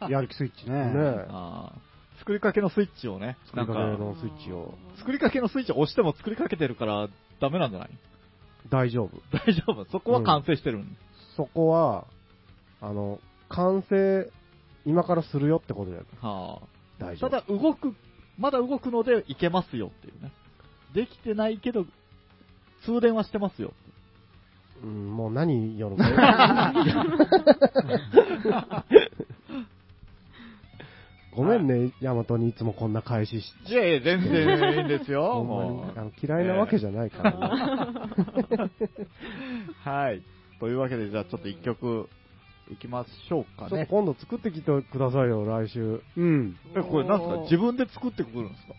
S4: な
S1: やる気スイッチね。
S4: い ねえ
S2: あー作りかけのスイッチをね、
S4: 作
S2: なん
S4: りかけ
S2: か、
S4: のスイッチを
S2: 作りかけのスイッチを押しても作りかけてるからダメなんじゃない
S4: 大丈夫
S2: 大丈夫。そこは完成してるん
S4: そこはあの完成今からするよってことだよ
S2: はあ、
S4: 大丈
S2: た
S4: 夫
S2: だ動く、まだ動くのでいけますよっていうね。できてないけど、通電はしてますよ。
S4: うん、もう何言うの かごめんねヤマトにいつもこんな返しし
S2: いやいや、全然いいんですよ。
S4: ほんまに
S2: も
S4: あの嫌いなわけじゃない からね、
S2: う。はい。というわけで、じゃあちょっと一曲、いきましょうか
S4: ちょっと
S2: ね。
S4: 今度作ってきてくださいよ来週
S1: うん。
S2: え、これなんですか自分で作ってくるんですか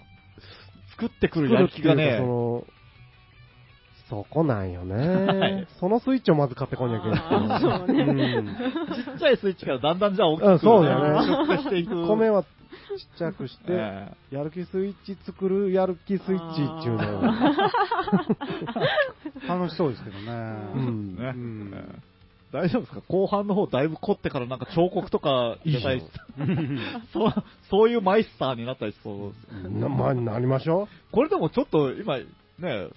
S2: 作ってく
S4: 作
S2: る
S4: る
S2: や
S4: っ
S2: る
S4: て
S2: 気
S4: いうか
S2: がね
S4: そ。のそこなんよね、
S2: はい
S4: そのスイッチをまず買ってこんにゃけん
S3: あーそう
S1: う
S3: ね。
S1: ん。
S2: ちっちゃいスイッチからだんだんじゃあ大きく、
S4: うんそうだよね
S2: 直接していく。
S4: 米はちっちゃくして、
S2: え
S4: やる気スイッチ作るやる気スイッチっていうのを
S1: 楽しそうですけどね。
S4: うん
S2: えね
S1: うん
S2: ええ大丈夫ですか後半の方だいぶ凝ってからなんか彫刻とか入れたりしてそう、そういうマイスターになったりしそうです。
S4: なまあ、なりましょ
S2: これでもちょっと今、ね、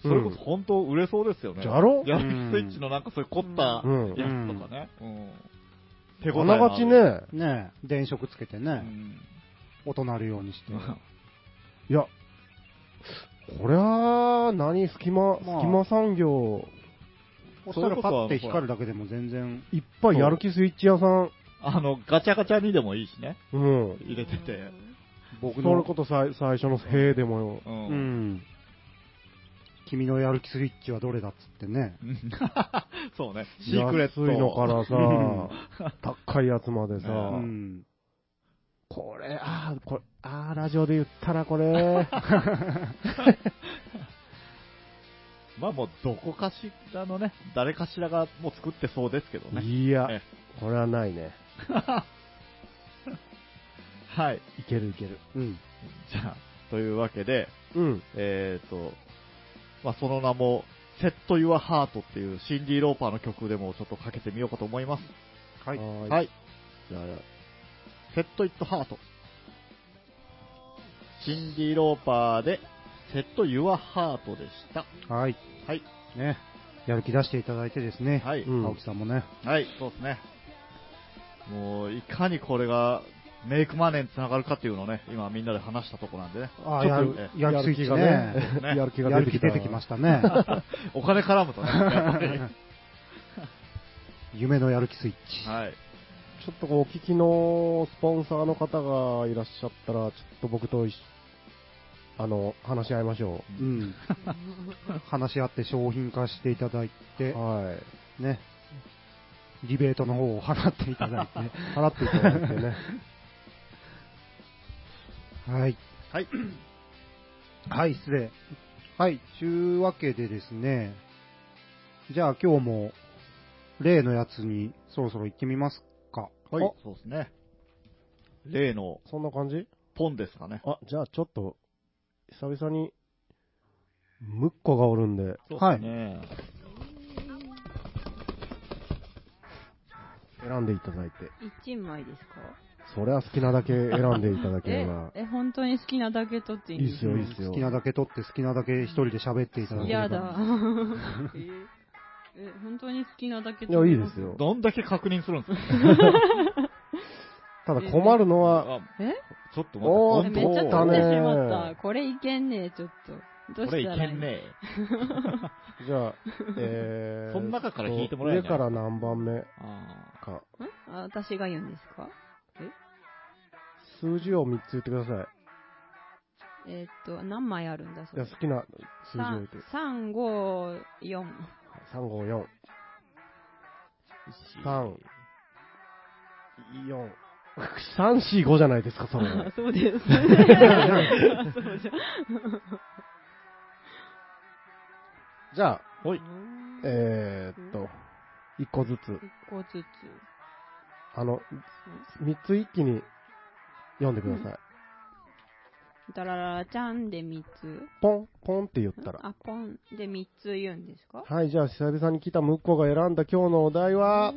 S2: それこそ本当売れそうですよね。
S4: じゃろ
S2: やる気スイッチのなんかそういう凝った
S4: うん
S2: やつとかね。うん。手
S4: う。
S2: 応
S4: あ
S2: えの
S4: な
S2: ある
S4: がち。ね、
S1: ねえ電飾つけて
S2: う
S1: ね、
S2: ん
S1: 音鳴るようにして。
S4: いや、これは、何、隙間、
S1: まあ
S4: 隙間産業、
S1: そしたらパッて
S2: それこそ
S1: 光るだけでも全然、
S4: いっぱいやる気スイッチ屋さん、
S2: あの、ガチャガチャにでもいいしね。
S4: うん。
S2: 入れてて。
S1: 僕
S4: それ
S1: の
S4: こ、そ最最初の兵でも
S2: う。
S1: うんん。君のやる気スイッチはどれだっつってね。
S2: そうね。シークレット。
S4: 安いのから
S1: う
S4: さ、高いやつまでさ、
S2: う
S1: うんん。
S4: これ、あーこれ、あーラジオで言ったらこれ、
S2: まあもう、どこかしらのね、誰かしらがもう作ってそうですけどね。
S4: いや
S2: え、
S4: これはないね。
S2: はい。
S4: いけるいける。
S1: うん。
S2: じゃあ、というわけで、
S4: うん。
S2: えっ、と、まあその名も、セット・ユア・ハートっていうシンディ・ローパーの曲でもちょっとかけてみようかと思います。
S1: はい。
S4: は。
S2: はいい。じゃあ、セット・イット・ハート。シンディ・ローパーで、セット・ユア・ハートでした。
S1: はい。
S2: はい。
S1: ね。やる気出していただいてですね。
S2: はい。
S4: うん
S1: 青木さんもね。
S2: はい、そうですね。もう、いかにこれが、メイクマネーにつながるかっていうのをね、今みんなで話したとこなんでね。
S1: ああ、
S2: ち
S1: や
S2: ょっと
S1: る
S2: え
S1: やる気スイッチね。
S2: ね
S4: やる気
S1: や
S4: が
S1: る気出てきましたね。
S2: お金絡むとね。やっぱり
S1: 夢のやる気スイッチ。
S2: はい。
S4: ちょっとこうお聞きのスポンサーの方がいらっしゃったら、ちょっと僕と一緒あの、話し合いましょ。
S1: うん。話し合って商品化していただいうて、
S4: はい。
S1: ね。リベートの方を払っていただいて。
S4: 払っていただいてね。
S1: はい。
S2: はい。
S1: はい、失礼。はい、ちゅうわけでですね、じゃあ今日も、例のやつにそろそろ行ってみますか。
S2: はい。そうですね。例の、
S4: そんな感じ
S2: ポンですかね。
S4: あ、じゃあちょっと、久々に、ムッコがおるんで、
S1: はい
S2: ね
S4: 選んでいただいて。
S3: 一枚ですか
S4: それは好きなだけ選んでいただけれ
S3: え。
S4: ば
S3: え、本当に好きなだけ取っていいん
S4: いい
S3: で
S4: っ
S3: す
S4: すよ、いいっす
S1: 好
S4: よ
S1: き。なだけ取って好きなだけ一人で喋っていただければ。
S3: 嫌だ。え え、本当に好きなだけ
S4: いや、
S3: 取
S4: い
S3: り
S4: いで
S3: ます
S4: よ。
S2: どんだけ確認するんですか
S4: ただ困るのは、
S2: あ
S3: え
S2: ちょっと
S4: お
S2: 待っ
S4: ー
S3: え
S2: て、
S3: めっちゃ
S4: どう
S3: 取ってしま
S4: だ
S3: っ
S4: ね
S3: た。これいけんねえ、ちょっと。どう
S2: これ
S3: し
S2: い
S3: た
S2: け
S3: らいい
S2: んね
S4: じ ゃあ、えー、
S2: その中から引いてもらえ
S4: 上
S2: ない
S4: から何番目
S2: え。あ
S4: か。
S3: んあ私が言うんですか
S4: 数字を3つ言ってください。
S3: えーっと、何枚あるんだ、そ
S4: じゃ
S3: れ
S4: あ好。きな数字を言
S3: 三
S4: って。
S3: 三五四
S4: 3、5、4。3、4。3、4、5じゃないですか、それ。
S3: あそうです。そうじゃ。
S4: じゃあ、
S2: はい。
S4: えー、っと、1個ずつ。
S3: 一個ずつ。
S4: あの、3つ一気に読んでください。
S3: だらららちゃんで三つ。
S4: ポン、ポンって言ったら。
S3: あ、ポンで三つ言うんですか
S4: はい、じゃあ久々に来たムッコが選んだ今日のお題は、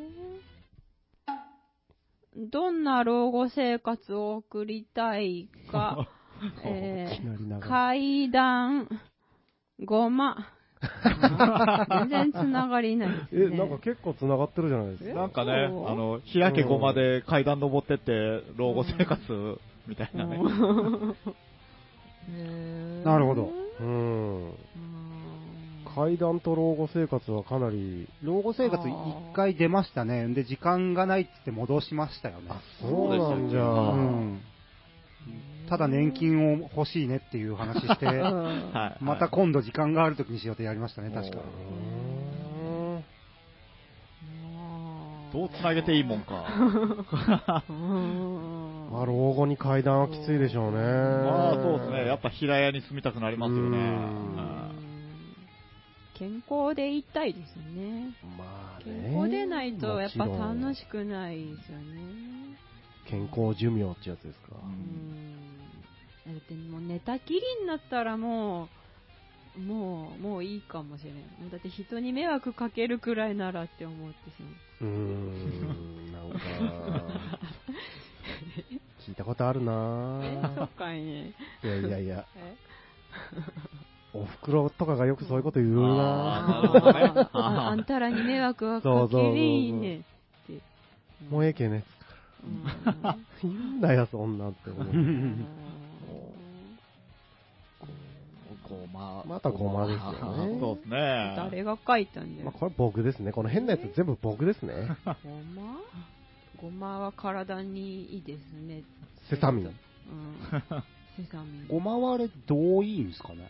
S3: どんな老後生活を送りたいか、え
S4: いきなり
S3: ー、
S4: 長い。
S3: 階段、ごま。全然つながりないです
S4: え、
S3: ね。
S4: なんか結構繋がってるじゃないですか。
S2: なんかね、あ
S3: そう
S2: の、日焼け後まで階段登ってって、老後生活みたいなね。
S1: な
S3: な
S1: るほど。
S4: うん。階段と老後生活はかなり、
S1: 老後生活一回出ましたね。で、時間がないっつって戻しましたよね。
S4: そうなんじゃ。
S1: う
S2: そ
S1: ん。ただ年金を欲しいねっていう話 して、
S2: はい。はい
S1: また今度時間がある時にしようとやりましたね、確か。
S4: うーん
S2: どう繋げていいもんか。
S4: まあ、老後に階段はきついでしょうね。
S2: ま
S4: あ
S2: あそうですね。やっぱ平屋に住みたくなりますよね。
S4: う
S2: うんん
S3: 健康でいたいですね。
S4: まあね。
S3: 健康でないとやっぱ楽
S4: い。
S3: しくないですよね。
S4: 健康寿命ってやつですか。
S3: うんだってもう寝たきりになったらもう、もう、もういいかもしれない。だって人に迷惑かけるくらいならって思ってしま
S4: うーん、なん か、聞いたことある
S3: う。え、そ
S4: な
S3: っかいね。
S4: いやいやいや、
S3: え
S4: お袋とかがよくそういうこと言う
S2: あーな
S4: な
S2: るほどね
S3: あああんたらに迷惑はかけりんねって。
S4: もうええけね。
S3: うん
S4: 言うんだよ、そんなんって思う。
S3: うん
S2: ごま。
S4: またごまですよね
S2: そうですね。
S3: 誰が書いたんだ
S4: まあ、
S3: よ。
S4: これ僕ですね。この変なやつ全部僕です ね。
S3: ごまごまは体にいいですね。
S4: セサミン。
S3: うん。セサミン。
S1: ごまはあれ、どういいんですかね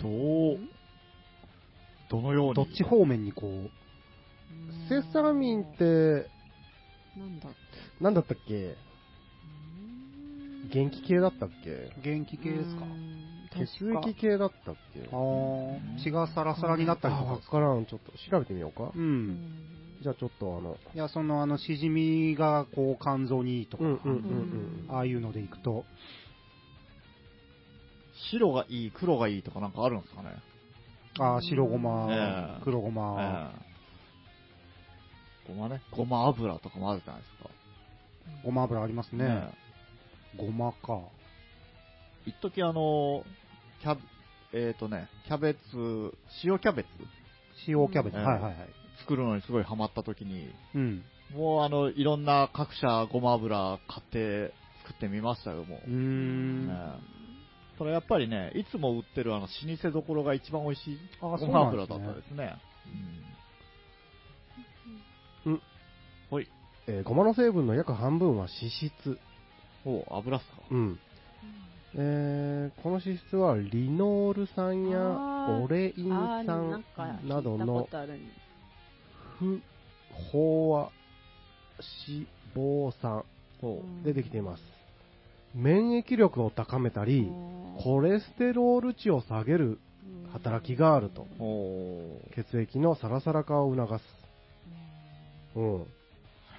S2: どう、どのように。
S1: どっち方面にこう、
S3: うん
S4: セサミンっ、て、
S3: なんだ
S4: なんだったっけ
S3: うん
S4: 元気系だったっけ
S1: 元気系ですか
S3: うん
S4: 血
S3: 確か
S4: 液系だったっけ
S1: あー、血がサラサラになったり
S4: あ、
S1: とか
S4: わ
S1: ですか
S4: からん。ちょっと調べてみようか
S1: う。。
S3: うんん
S4: じゃあちょっとあの、
S1: いや、その、あの、しじみが、こう、肝臓にいいとか、
S4: うんうんうんうん。
S1: ああいうのでいくと、
S2: 白がいい、黒がいいとかなんかあるんですかね。
S1: あー白ご
S2: え
S1: ま、
S2: え
S1: 黒ごま、
S2: ええごまね。ごま油とかもあるじゃないですか。
S1: ごま油ありますね。
S2: え
S1: ごまか。
S2: え一時あの、キャ、えっ、とね、キャベツ、塩キャベツ
S1: 塩キャベツ。
S2: うん
S1: はいはいはい。
S2: 作るのにすごいハマった時に、
S1: うん。
S2: もうあの、いろんな各社ごま油買って作ってみましたよ、も
S1: う
S2: う。
S1: ーん。
S2: ええそれやっぱりね、いつも売ってるあの、老舗どころが一番美味しい
S1: あ
S2: ご
S1: ーそう
S2: ま
S1: なん
S2: 油
S1: です
S2: だ
S1: ね
S2: ったですね。
S4: うん
S2: ほい。
S4: えーごまの成分の約半分は脂質。
S2: お油っすか。
S4: うん。えーこの脂質はリノール酸
S3: あ
S4: や
S3: ー
S4: オレイン
S3: あーなん
S4: 酸
S3: か聞いた
S4: などの
S3: ことあるね
S4: 不飽和脂肪酸
S3: うん
S4: 出てきています。免疫力を高めたり、コレステロール値を下げる働きがあると。
S2: おお。
S4: 血液のサラサラ化を促す。うん。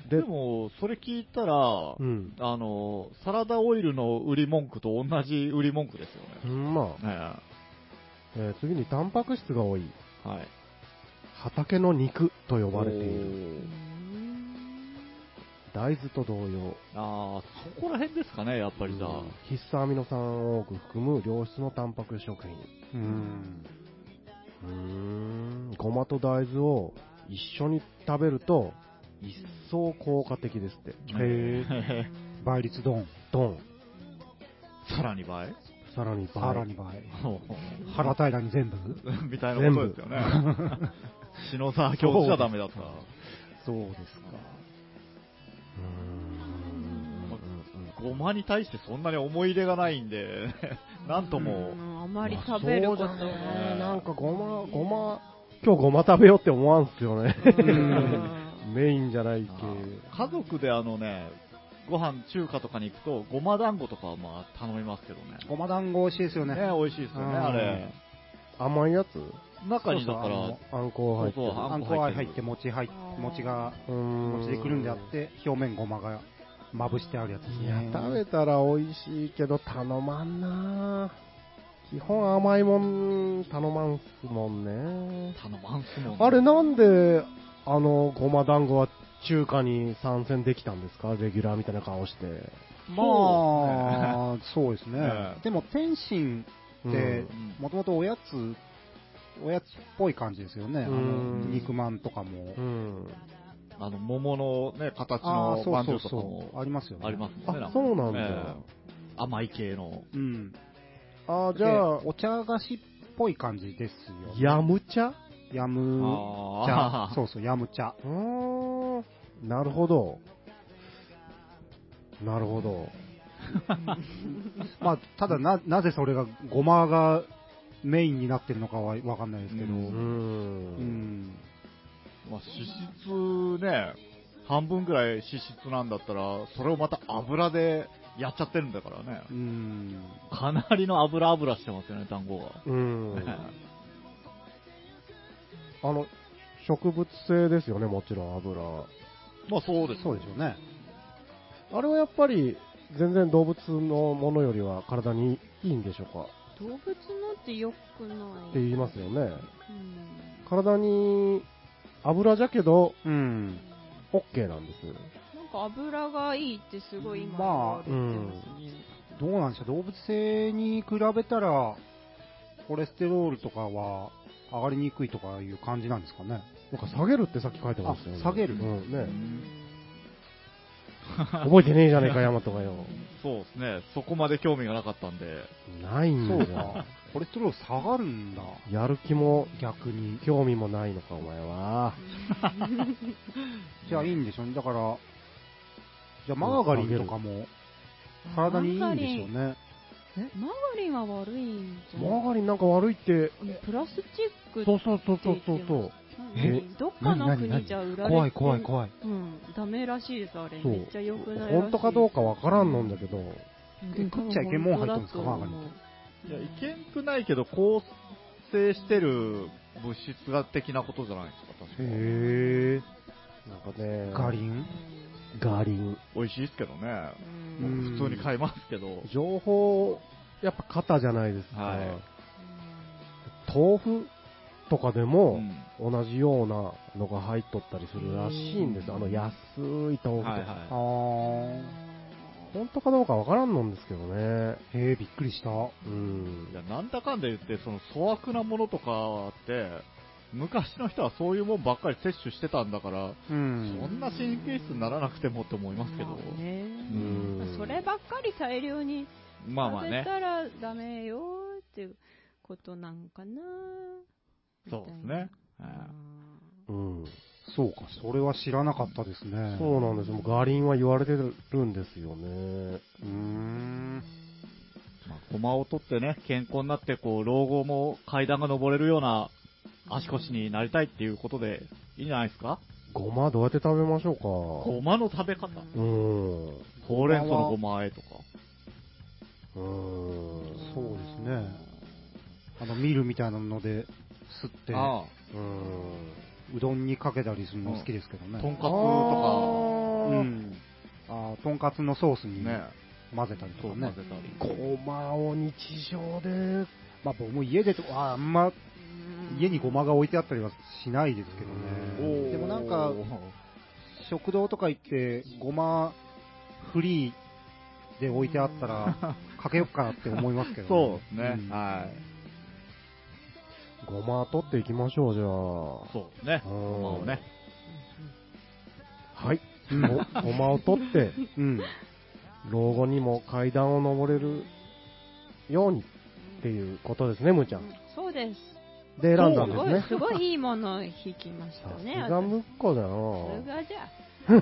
S2: で
S4: で
S2: も、それ聞いたら、
S4: うん。
S2: あの、サラダオイルの売り文句と同じ売り文句ですよ
S4: う
S2: ね。
S4: んまあ、
S2: え
S4: えー次にタンパク質が多い
S2: えはい。
S4: 畑の肉と呼ばれている。
S2: る。
S4: 大豆と同様。
S2: ああ、そこら辺ですかね、やっぱりじゃあ。
S4: うん必須アミノ酸を多く含む良質のタンパク食品。
S1: うーん。
S4: うーん。ごまと大豆を一緒に食べると、一層効果的ですって。
S1: へ
S2: え。
S1: 倍率丼。
S4: ドン。
S2: さらに倍
S4: さらに倍。
S1: さらに倍。
S2: お
S1: 腹平に全部
S2: ーみたいなことですよね。篠沢教授がダメだった。
S1: そうですか。
S4: うー
S2: ご
S4: ん
S2: まに対してそんなに思い入れがないんで、 なんとも
S3: う。んあまり食べること
S4: まあそうじゃ
S3: は
S4: ないなんかごま、ごま、今日ごま食べようって思わんっすよね。
S3: うん
S4: メインじゃない系。
S2: 家族であのね、ご飯中華とかに行くと、ごま団子とかはまあ頼みますけどね。
S1: ごま団子美味しいですよね。
S2: ね、美味しいですよね、
S1: うん
S2: あれ。
S4: 甘いやつ
S2: 中にだか
S1: そうそうあ
S2: ら
S1: の、
S4: あんこ入ってる。
S2: そうそう
S1: あんこは入って、餅入っ
S3: あー
S1: 餅が、
S4: うーん
S1: 餅でくるんであって、表面ごまがまぶしてあるやつです
S4: いや
S1: ね。、
S4: 食べたら美味しいけど頼まんな基本甘いもん、頼まんすもんね。
S2: 頼まんすもんね
S4: あれなんで、あの、ごま団子は中華に参戦できたんですかレギュラーみたいな顔して。
S1: まあ、 そうですね
S2: ええ。
S1: でも、天津
S4: う
S1: って
S4: ん、
S1: もともとおやつ、おやつっぽい感じですよね。あの
S4: うん
S1: 肉まんとかも
S4: う。ん。
S2: あの、桃のね、形
S1: あ
S2: の
S1: あ、そ
S2: ま
S1: うん
S2: じ
S1: そ
S2: ゅ
S1: う
S2: うとかも
S1: そう。ありますよね。
S2: ありますもんね。
S4: あ、そうなんだ。
S2: ええ甘い系の。
S1: うん。
S4: あ、
S1: じ
S4: じ
S1: ゃ
S4: ゃ
S1: あ、お茶菓子っぽい感じですよ
S4: あ、
S1: ね。
S4: ヤムチャ
S1: やむ
S2: あ
S1: 茶。
S2: あ、
S1: そうそう、やむ茶。
S4: うーん。なるほど。なるほど。
S1: まあ、ただな、なぜそれが、ごまがメインになってるのかはわかんないですけど。
S2: う
S4: う
S1: うん
S4: ー。
S1: ん。
S2: まあ、脂質ね、半分ぐらい脂質なんだったら、それをまた油でやっちゃってるんだからね。
S1: うん。
S2: かなりの油油してますよね、団子が。
S4: うん。あの、植物性ですよね、もちろん油。
S2: まあそうです。
S1: そうでしょうね。
S4: あれはやっぱり、全然動物のものよりは体にいいんでしょうか
S3: 動物のって良くない
S4: って言いますよね。
S3: うん
S4: 体に油じゃけど、
S1: うん。
S4: OK なんです。
S3: なんか油がいいってすごい今
S1: まあ
S3: 言われてますね
S1: どうなんでしょう。動物性に比べたら、コレステロールとかは上がりにくいとかいう感じなんですかね。
S4: なんか下げるってさっき書いてましたよね。
S1: あ下げる
S4: うん、
S2: う。
S4: ね
S2: ん
S4: 覚えてねえじゃねえか、ヤマトがよ。
S2: そうですね。そこまで興味がなかったんで。
S4: ないんだ
S1: そうか。コレステロール下がるんだ。
S4: やる気も、
S1: 逆に。
S4: 興味もないのか、お前は。
S1: じゃあいいんでしょうね。だから、じゃあマーガリンとかも体にいいんでしょうね。
S3: マーガリンは悪いんじゃ
S4: マー
S3: な
S4: ガリンなんか悪いって、
S3: いプラスチックって
S4: そうそうそうそうそうそう。
S3: なんかどっかの国じゃ売られて
S1: 怖い怖い怖い。
S3: うん、ダメらしいです、あれ。
S4: そう
S3: めっちゃ良くないらしい。
S4: 本当かどうかわからんのんだけど、
S3: うん
S1: 食っちゃいけんもん入ってるんですか
S3: 本当だと思
S1: マー
S3: う
S1: ガリン
S2: いや、いけんくないけど、構成してる物質が的なことじゃないですか、確かに。
S1: へ
S4: なんか
S1: ー。
S4: ね、
S1: ガリン
S4: ガリン。
S2: 美味しいですけどね。
S3: うんうん
S1: ん
S2: 普通に買いますけど。
S4: 情報、やっぱ肩じゃないですか。
S2: はい
S4: 豆腐とかで
S2: う
S4: も、
S2: ん
S4: 同じようなのが入っとったりするらしいんです。
S2: うん
S4: あの安い豆腐とか。
S2: はい
S1: あ
S2: は
S1: ー。
S4: 本当かどうかわからんのんですけどね。
S1: へえ、びっくりした。
S4: う
S2: い。い
S4: ん。
S2: や、なんだかんだ言って、その粗悪なものとかって、昔の人はそういうもんばっかり摂取してたんだから、
S1: う
S2: そ
S1: ん。
S2: んな神経質にならなくてもって思いますけど
S3: ま。あね
S4: うん
S3: そればっかり大量に
S2: まあま
S3: 食
S2: あ
S3: べ
S2: ね。
S3: たらダメよっていうことなんかな。
S2: そうですね。
S3: みたいな。
S2: うん
S4: うん。
S1: そうか、それは知らなかったですね。
S4: そうなんですよ。もうガリンは言われてるんですよね。
S1: うーん。
S2: まあ、駒を取ってね、健康になって、こう、老後も階段が登れるような足腰になりたいっていうことで、いいんじゃないですか
S4: ごまどうやって食べましょ
S2: 駒の食べ方。
S4: うか。うん。う
S2: ほうれん草のごま和えとか。
S4: ん。
S1: そうですね。あの、ミルみたいなので、吸って、
S2: あ
S4: うん。
S1: うどんにかけたりするの好きですけど
S2: あ、
S1: ね。
S2: とんかつと
S1: う
S2: か、
S1: ん。あーとんかつのソースに
S2: ね、
S1: 混ぜたりと
S2: そう
S1: か
S2: 混
S1: ね
S2: ぜ。たり。
S4: ごまを日常で、
S1: まあ僕も家でと、あーあんま家にごまが置いてあったりはしないですけど
S4: う
S1: ね。でもなんか、食堂とか行って、ごまフリーで置いてあった ら、かけよっかって思いますけど、
S2: そうですね、
S1: ん
S2: はい。
S4: ごま取っていきましょう、じゃ
S2: そうですね、
S4: う
S2: ご
S4: ん
S2: まをね。
S4: あ。はい。ごごまを取って、
S1: うん。
S4: 老後にも階段を登れるようにっていうことですね、むーちゃん。
S3: そうです。
S4: で、選んだ
S3: す
S4: んで
S3: ご
S4: す
S3: い
S4: ね、。
S3: すごいいいものを引きまし
S4: さ
S3: たね。
S4: すがむっこだ
S3: 私さ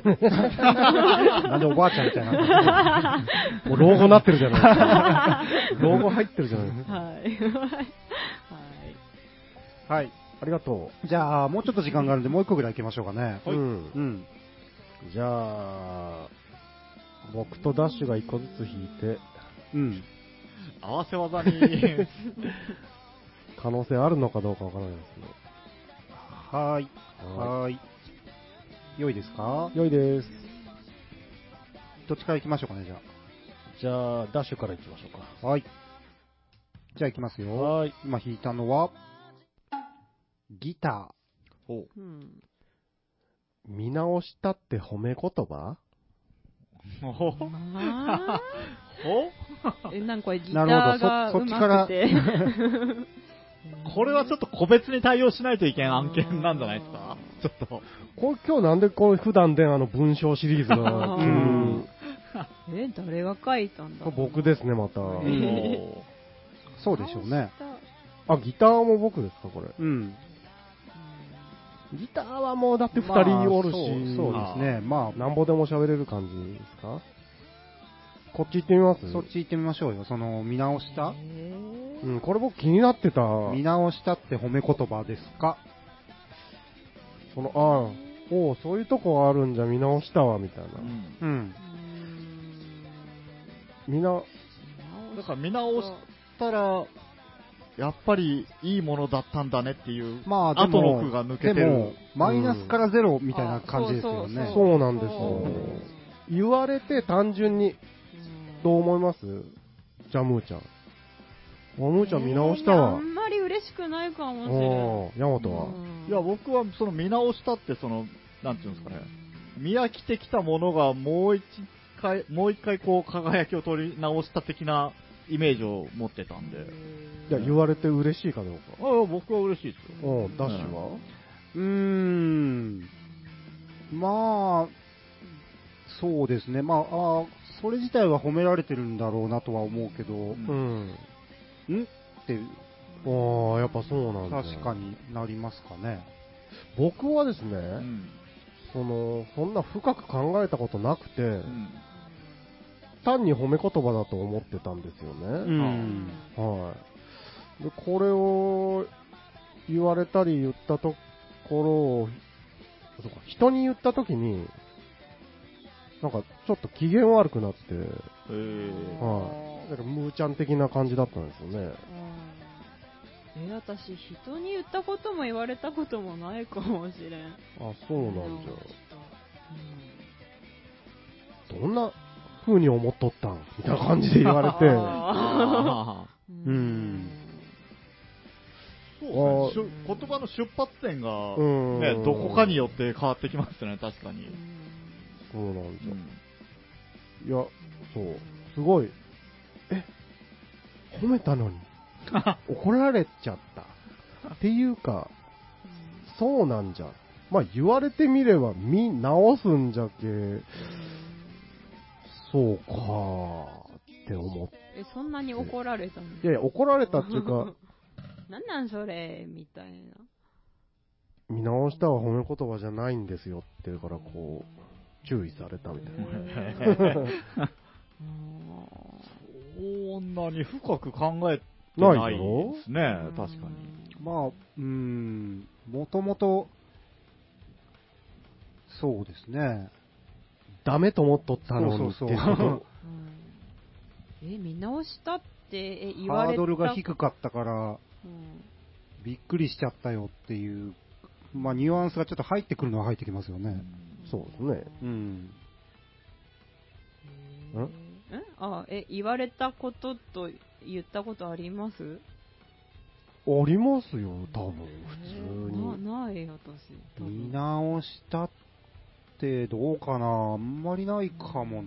S3: す
S4: な
S3: がじゃ。
S1: なんでおばあちゃんみたいな。
S4: もう老後なってるじゃない ですか。老後入ってるじゃないですか。
S3: はい。 はい。
S1: はい。
S4: ありがと
S1: じゃあ、もうちょっと時間があるんで、もう一個ぐらい行きましょうかね
S4: う。。うん
S1: う。ん。
S4: じゃあ、僕とダッシュが一個ずつ引いて、
S1: うん。
S2: 合わせ技に、
S4: 可能性あるのかどうかわからないで
S1: はーい。
S4: すね。は
S1: はーい。良いですか
S4: い。良いです。
S1: どっちから行きましょうかね、じゃ
S4: じゃあ、ダッシュからいきましょうか。
S1: あ。はい。じゃあ行きますよ。
S4: はい。
S1: 今弾いたのは、ギタ
S2: ほ
S3: うん。
S4: 見直したって褒め言葉
S2: うほうほ
S3: ま あえ、なんかこれギタ
S1: な
S3: ーが
S1: るほどそそっ
S3: 上手
S1: ちから
S3: くて。
S2: これはちょっと個別に対応しないといけん案件なんじゃないですかちょっと。
S4: これ今日なんでこの普段であの文章シリーズが
S3: あ
S4: 急
S1: ー
S4: に
S3: え、誰が書いたんだ
S4: 僕ですねまた
S3: ん
S2: も
S1: ー。そうでしょうね。。
S4: あギターも僕ですかこれ
S1: うん。
S4: ギターはもうだって二
S1: まあ
S4: 人おるし、
S1: そうそうですね。まあ、
S4: なんぼでも喋れる感じですかこっち行ってみます
S1: そっち行ってみましょうよ。その、見直した
S3: えー
S4: うんこれ僕気になってた
S1: 見直したって褒め言葉ですか
S4: そのああおうそういうとこあるんじゃ見直したわみたいな
S2: う、うん
S1: うん。
S4: みな
S2: だから見直したら、やっぱりいいものだったんだねっていう、
S1: まあ、で
S2: 後の
S1: も、
S2: 奥が抜けて
S1: でも
S2: る。、
S1: マイナスからゼロみたいな感じですよね。
S4: そうなんですよ
S3: う
S4: 言われて単純に
S3: ん
S4: どう思いますじゃあムーちゃんあムーちゃん見直したわ
S3: えーあ、んまり嬉しくないかもしれない。
S4: おーヤマトは、
S3: うん
S2: いや、僕はその見直したって、その、なんていうんですかね、見飽きてきたものがもう一回、もう一回こう輝きを取り直した的なイメージを持ってたんで、
S4: いや言われて嬉しいかどうか
S2: ああ僕は嬉しいですよ。
S4: うん、ダッシュは、
S1: うーん。まあ、そうですね。まあ、あーそれ自体は褒められてるんだろうなとは思うけど、
S2: うん
S4: うん、
S1: んって、
S4: ああ、やっぱそうなんですね。
S1: 確か。になりますかね。
S4: 僕はですね、
S2: うん
S4: その、そんな深く考えたことなくて、
S2: うん
S4: 単に褒め言葉だと思ってたんですよ
S1: う
S4: ね。
S1: ん。
S4: はい。で、これを言われたり言ったところを、そうか人に言ったときに、なんかちょっと機嫌悪くなって、
S2: へー
S4: はい。なんかムーちゃん的な感じだったんですよ
S3: う
S4: ね。
S3: んえ、私、人に言ったことも言われたこともないかもしれん。
S4: あ、そうなんじ
S3: うん
S4: ゃ。どんな風に思っとったんみたいな感じで言われ て。
S3: あ
S2: あ
S3: ー
S1: ーうん
S2: ーそうですねしゅ言葉の出発点が、
S4: うん
S2: ね、どこかによって変わってきますね、確かに。
S4: そうなんじゃ。
S2: うん
S4: いや、そう、すごい、え、褒めたのに、怒られちゃった。っていうか、そうなんじゃ。まあ言われてみれば、み、直すんじゃけ、そうかって思って。
S3: え、そんなに怒られたの
S4: いやいや、怒られたってい うか、
S3: なんなんそれみたいな。
S4: 見直したは褒め言葉じゃないんですよって、だからこう、注意されたみたいな。
S2: そんなに深く考えてないですね、
S3: うん
S2: 確かに。
S1: まあ、うん、もともと、そうですね。
S4: ダメと思っとったのにって
S1: そ
S4: いう
S1: そ
S4: う
S1: うそう
S4: こと
S3: うんえ、見直したって、え、言わ
S1: ハ
S3: れた。
S1: ードルが低かったから、
S3: うん
S1: びっくりしちゃったよっていう、まあ、ニュアンスがちょっと入ってくるのは入ってきますよね。
S4: そうですね。
S1: うん。
S3: へーんあ、え、言われたことと言ったことあります
S4: ありますよ、多分、普通
S3: なな
S4: に。
S3: い、私。多分
S1: 見直したってどうかなあんまりないかも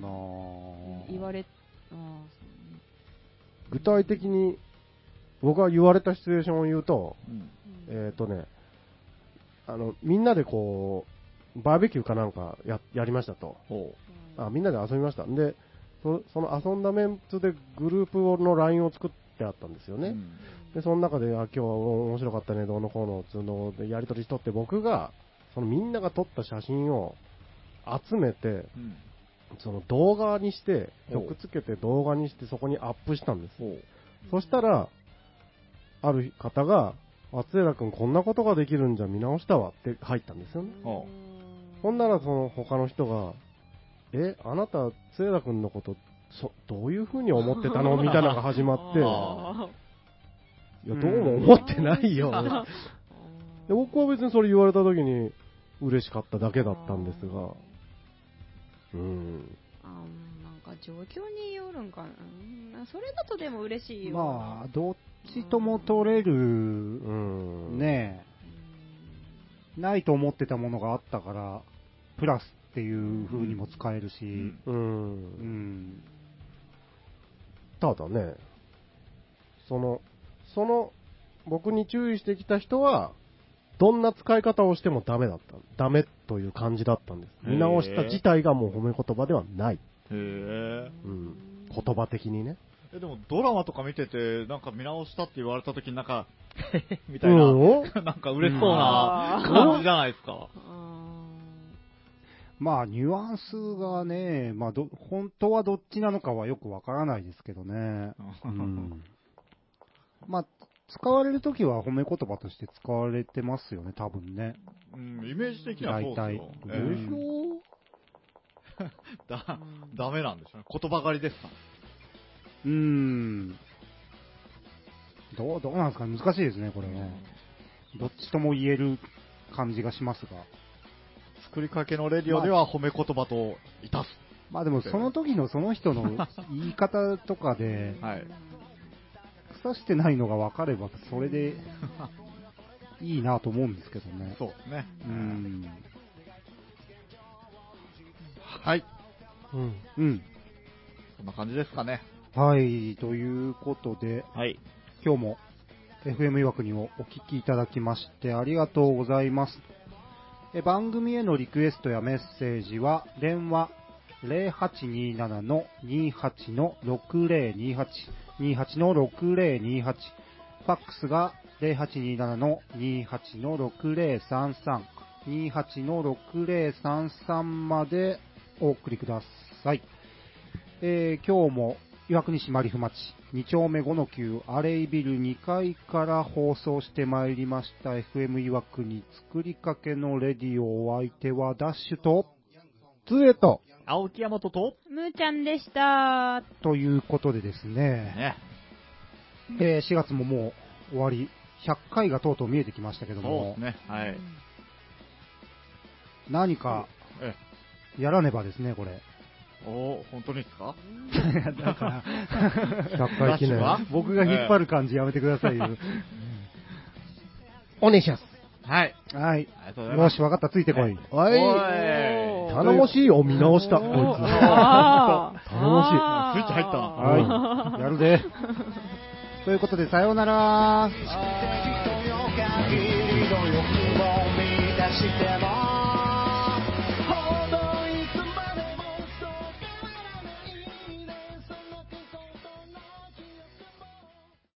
S1: な
S3: 言われ、あ
S4: 具体的に僕が言われたシチュエーションを言うと、
S2: うん
S3: ーそうね
S4: えっ、とね、あの、みんなでこう、バーベキューかなんかややりましたと。
S2: ほ
S4: あ、みんなで遊びました。んで、そその遊んだメンツでグループの LINE を作ってあったんですよ
S2: う
S4: ね。
S2: うん
S4: で、その中で、あ、今日は面白かったね、どうのこうの、つうのでやりとりしとって、僕が、そのみんなが撮った写真を集めて、
S2: うん
S4: その動画にして、
S2: お
S4: 曲つけて動画にして、そこにアップしたんです。
S2: ほう
S4: そしたら、ある方が、松浦君こんなことができるんじゃ見直したわって入ったんですよね。
S2: ああ
S4: ほんならその他の人が、え、あなた、松浦君のこと、そどういうふうに思ってたのみたいなのが始まって、いや、
S3: あー
S4: どうも思ってないよ。で僕は別にそれ言われた時に、嬉しかっただけだったんですが、うん。
S3: あーなんか状況によるんかなうんそれだとでも嬉しいよ
S1: まあ、どっちとも取れる
S4: う、ん。
S1: ねえ、ないと思ってたものがあったから、プラスっていう風にも使えるし、
S2: うん
S4: う。
S1: うんん。
S4: ただね、その、その、僕に注意してきた人は、どんな使い方をしてもダメだった。ダメという感じだったんです。
S2: へー
S4: 見直した自体がもう褒め言葉ではない。
S2: へえ。
S4: うん。言葉的にね。
S2: え、でもドラマとか見てて、なんか見直したって言われた時になん か、へへへみた
S4: う
S2: いな、
S4: ん。
S2: なんか嬉しそうな感じじゃないですか。
S1: まあ、ニュアンスがね、まあど、本当はどっちなのかはよくわからないですけどね。うん、まあ、使われるときは褒め言葉として使われてますよね、多分ね。
S2: うん、イメージ的にはそうで
S1: 大
S2: すよ。
S1: 体
S2: え
S1: う
S2: え
S1: ん
S2: だ、ダメなんでしょうね。言葉狩りですか
S1: うーん。どう、どうなんですか難しいですね、これね。どっちとも言える感じがしますが。
S2: 作りかけのレディオでは褒め言葉といたす。
S1: まあでも、その時のその人の言い方とかで、
S2: はい。
S1: 腐してないのが分かれば、それでいいなと思うんですけどね。
S2: そうですね。
S1: うーん。
S2: はい。
S4: うん。
S1: うん。
S2: こんな感じですかね。
S1: はい、ということで、
S2: はい。
S1: 今日も FM いわくにをお聞きいただきましてありがとうございます。え番組へのリクエストやメッセージは電話0827の28の6028 28の6028ファックスが0827の28の6033、28の6033までお送りください。えー今日も岩国市マリフ町2丁目5の9アレイビル2階から放送してまいりました FM 岩国作りかけのレディオお相手はダッシュと
S4: ツーエット。
S2: 青木山とと、
S3: むーちゃんでした。
S1: ということでですね、
S2: ね、
S1: えー4月ももう終わり100回がとうとう見えてきましたけ
S2: そ
S1: ど
S2: う
S1: も、
S2: ですね、はい。
S1: 何か
S2: え
S1: やらねばですねこれ
S2: おー本当にですか
S1: だ から
S4: 100回記
S2: ダッシュは
S4: 念。
S1: 僕が引っ張る感じやめてくださいよ
S4: お願いします。
S2: はい。
S1: はい
S2: ありがとうござい
S1: よ
S2: ます。
S1: し分かったついてこい
S4: は
S2: お
S4: い。
S2: い
S4: 頼もしいを見直した、こいつ。
S3: あー
S4: 頼もしい
S3: あー
S2: スイッチ入ったな
S1: は いやるでということでさようなら
S5: 知ってる人よ限りの欲望を満たしても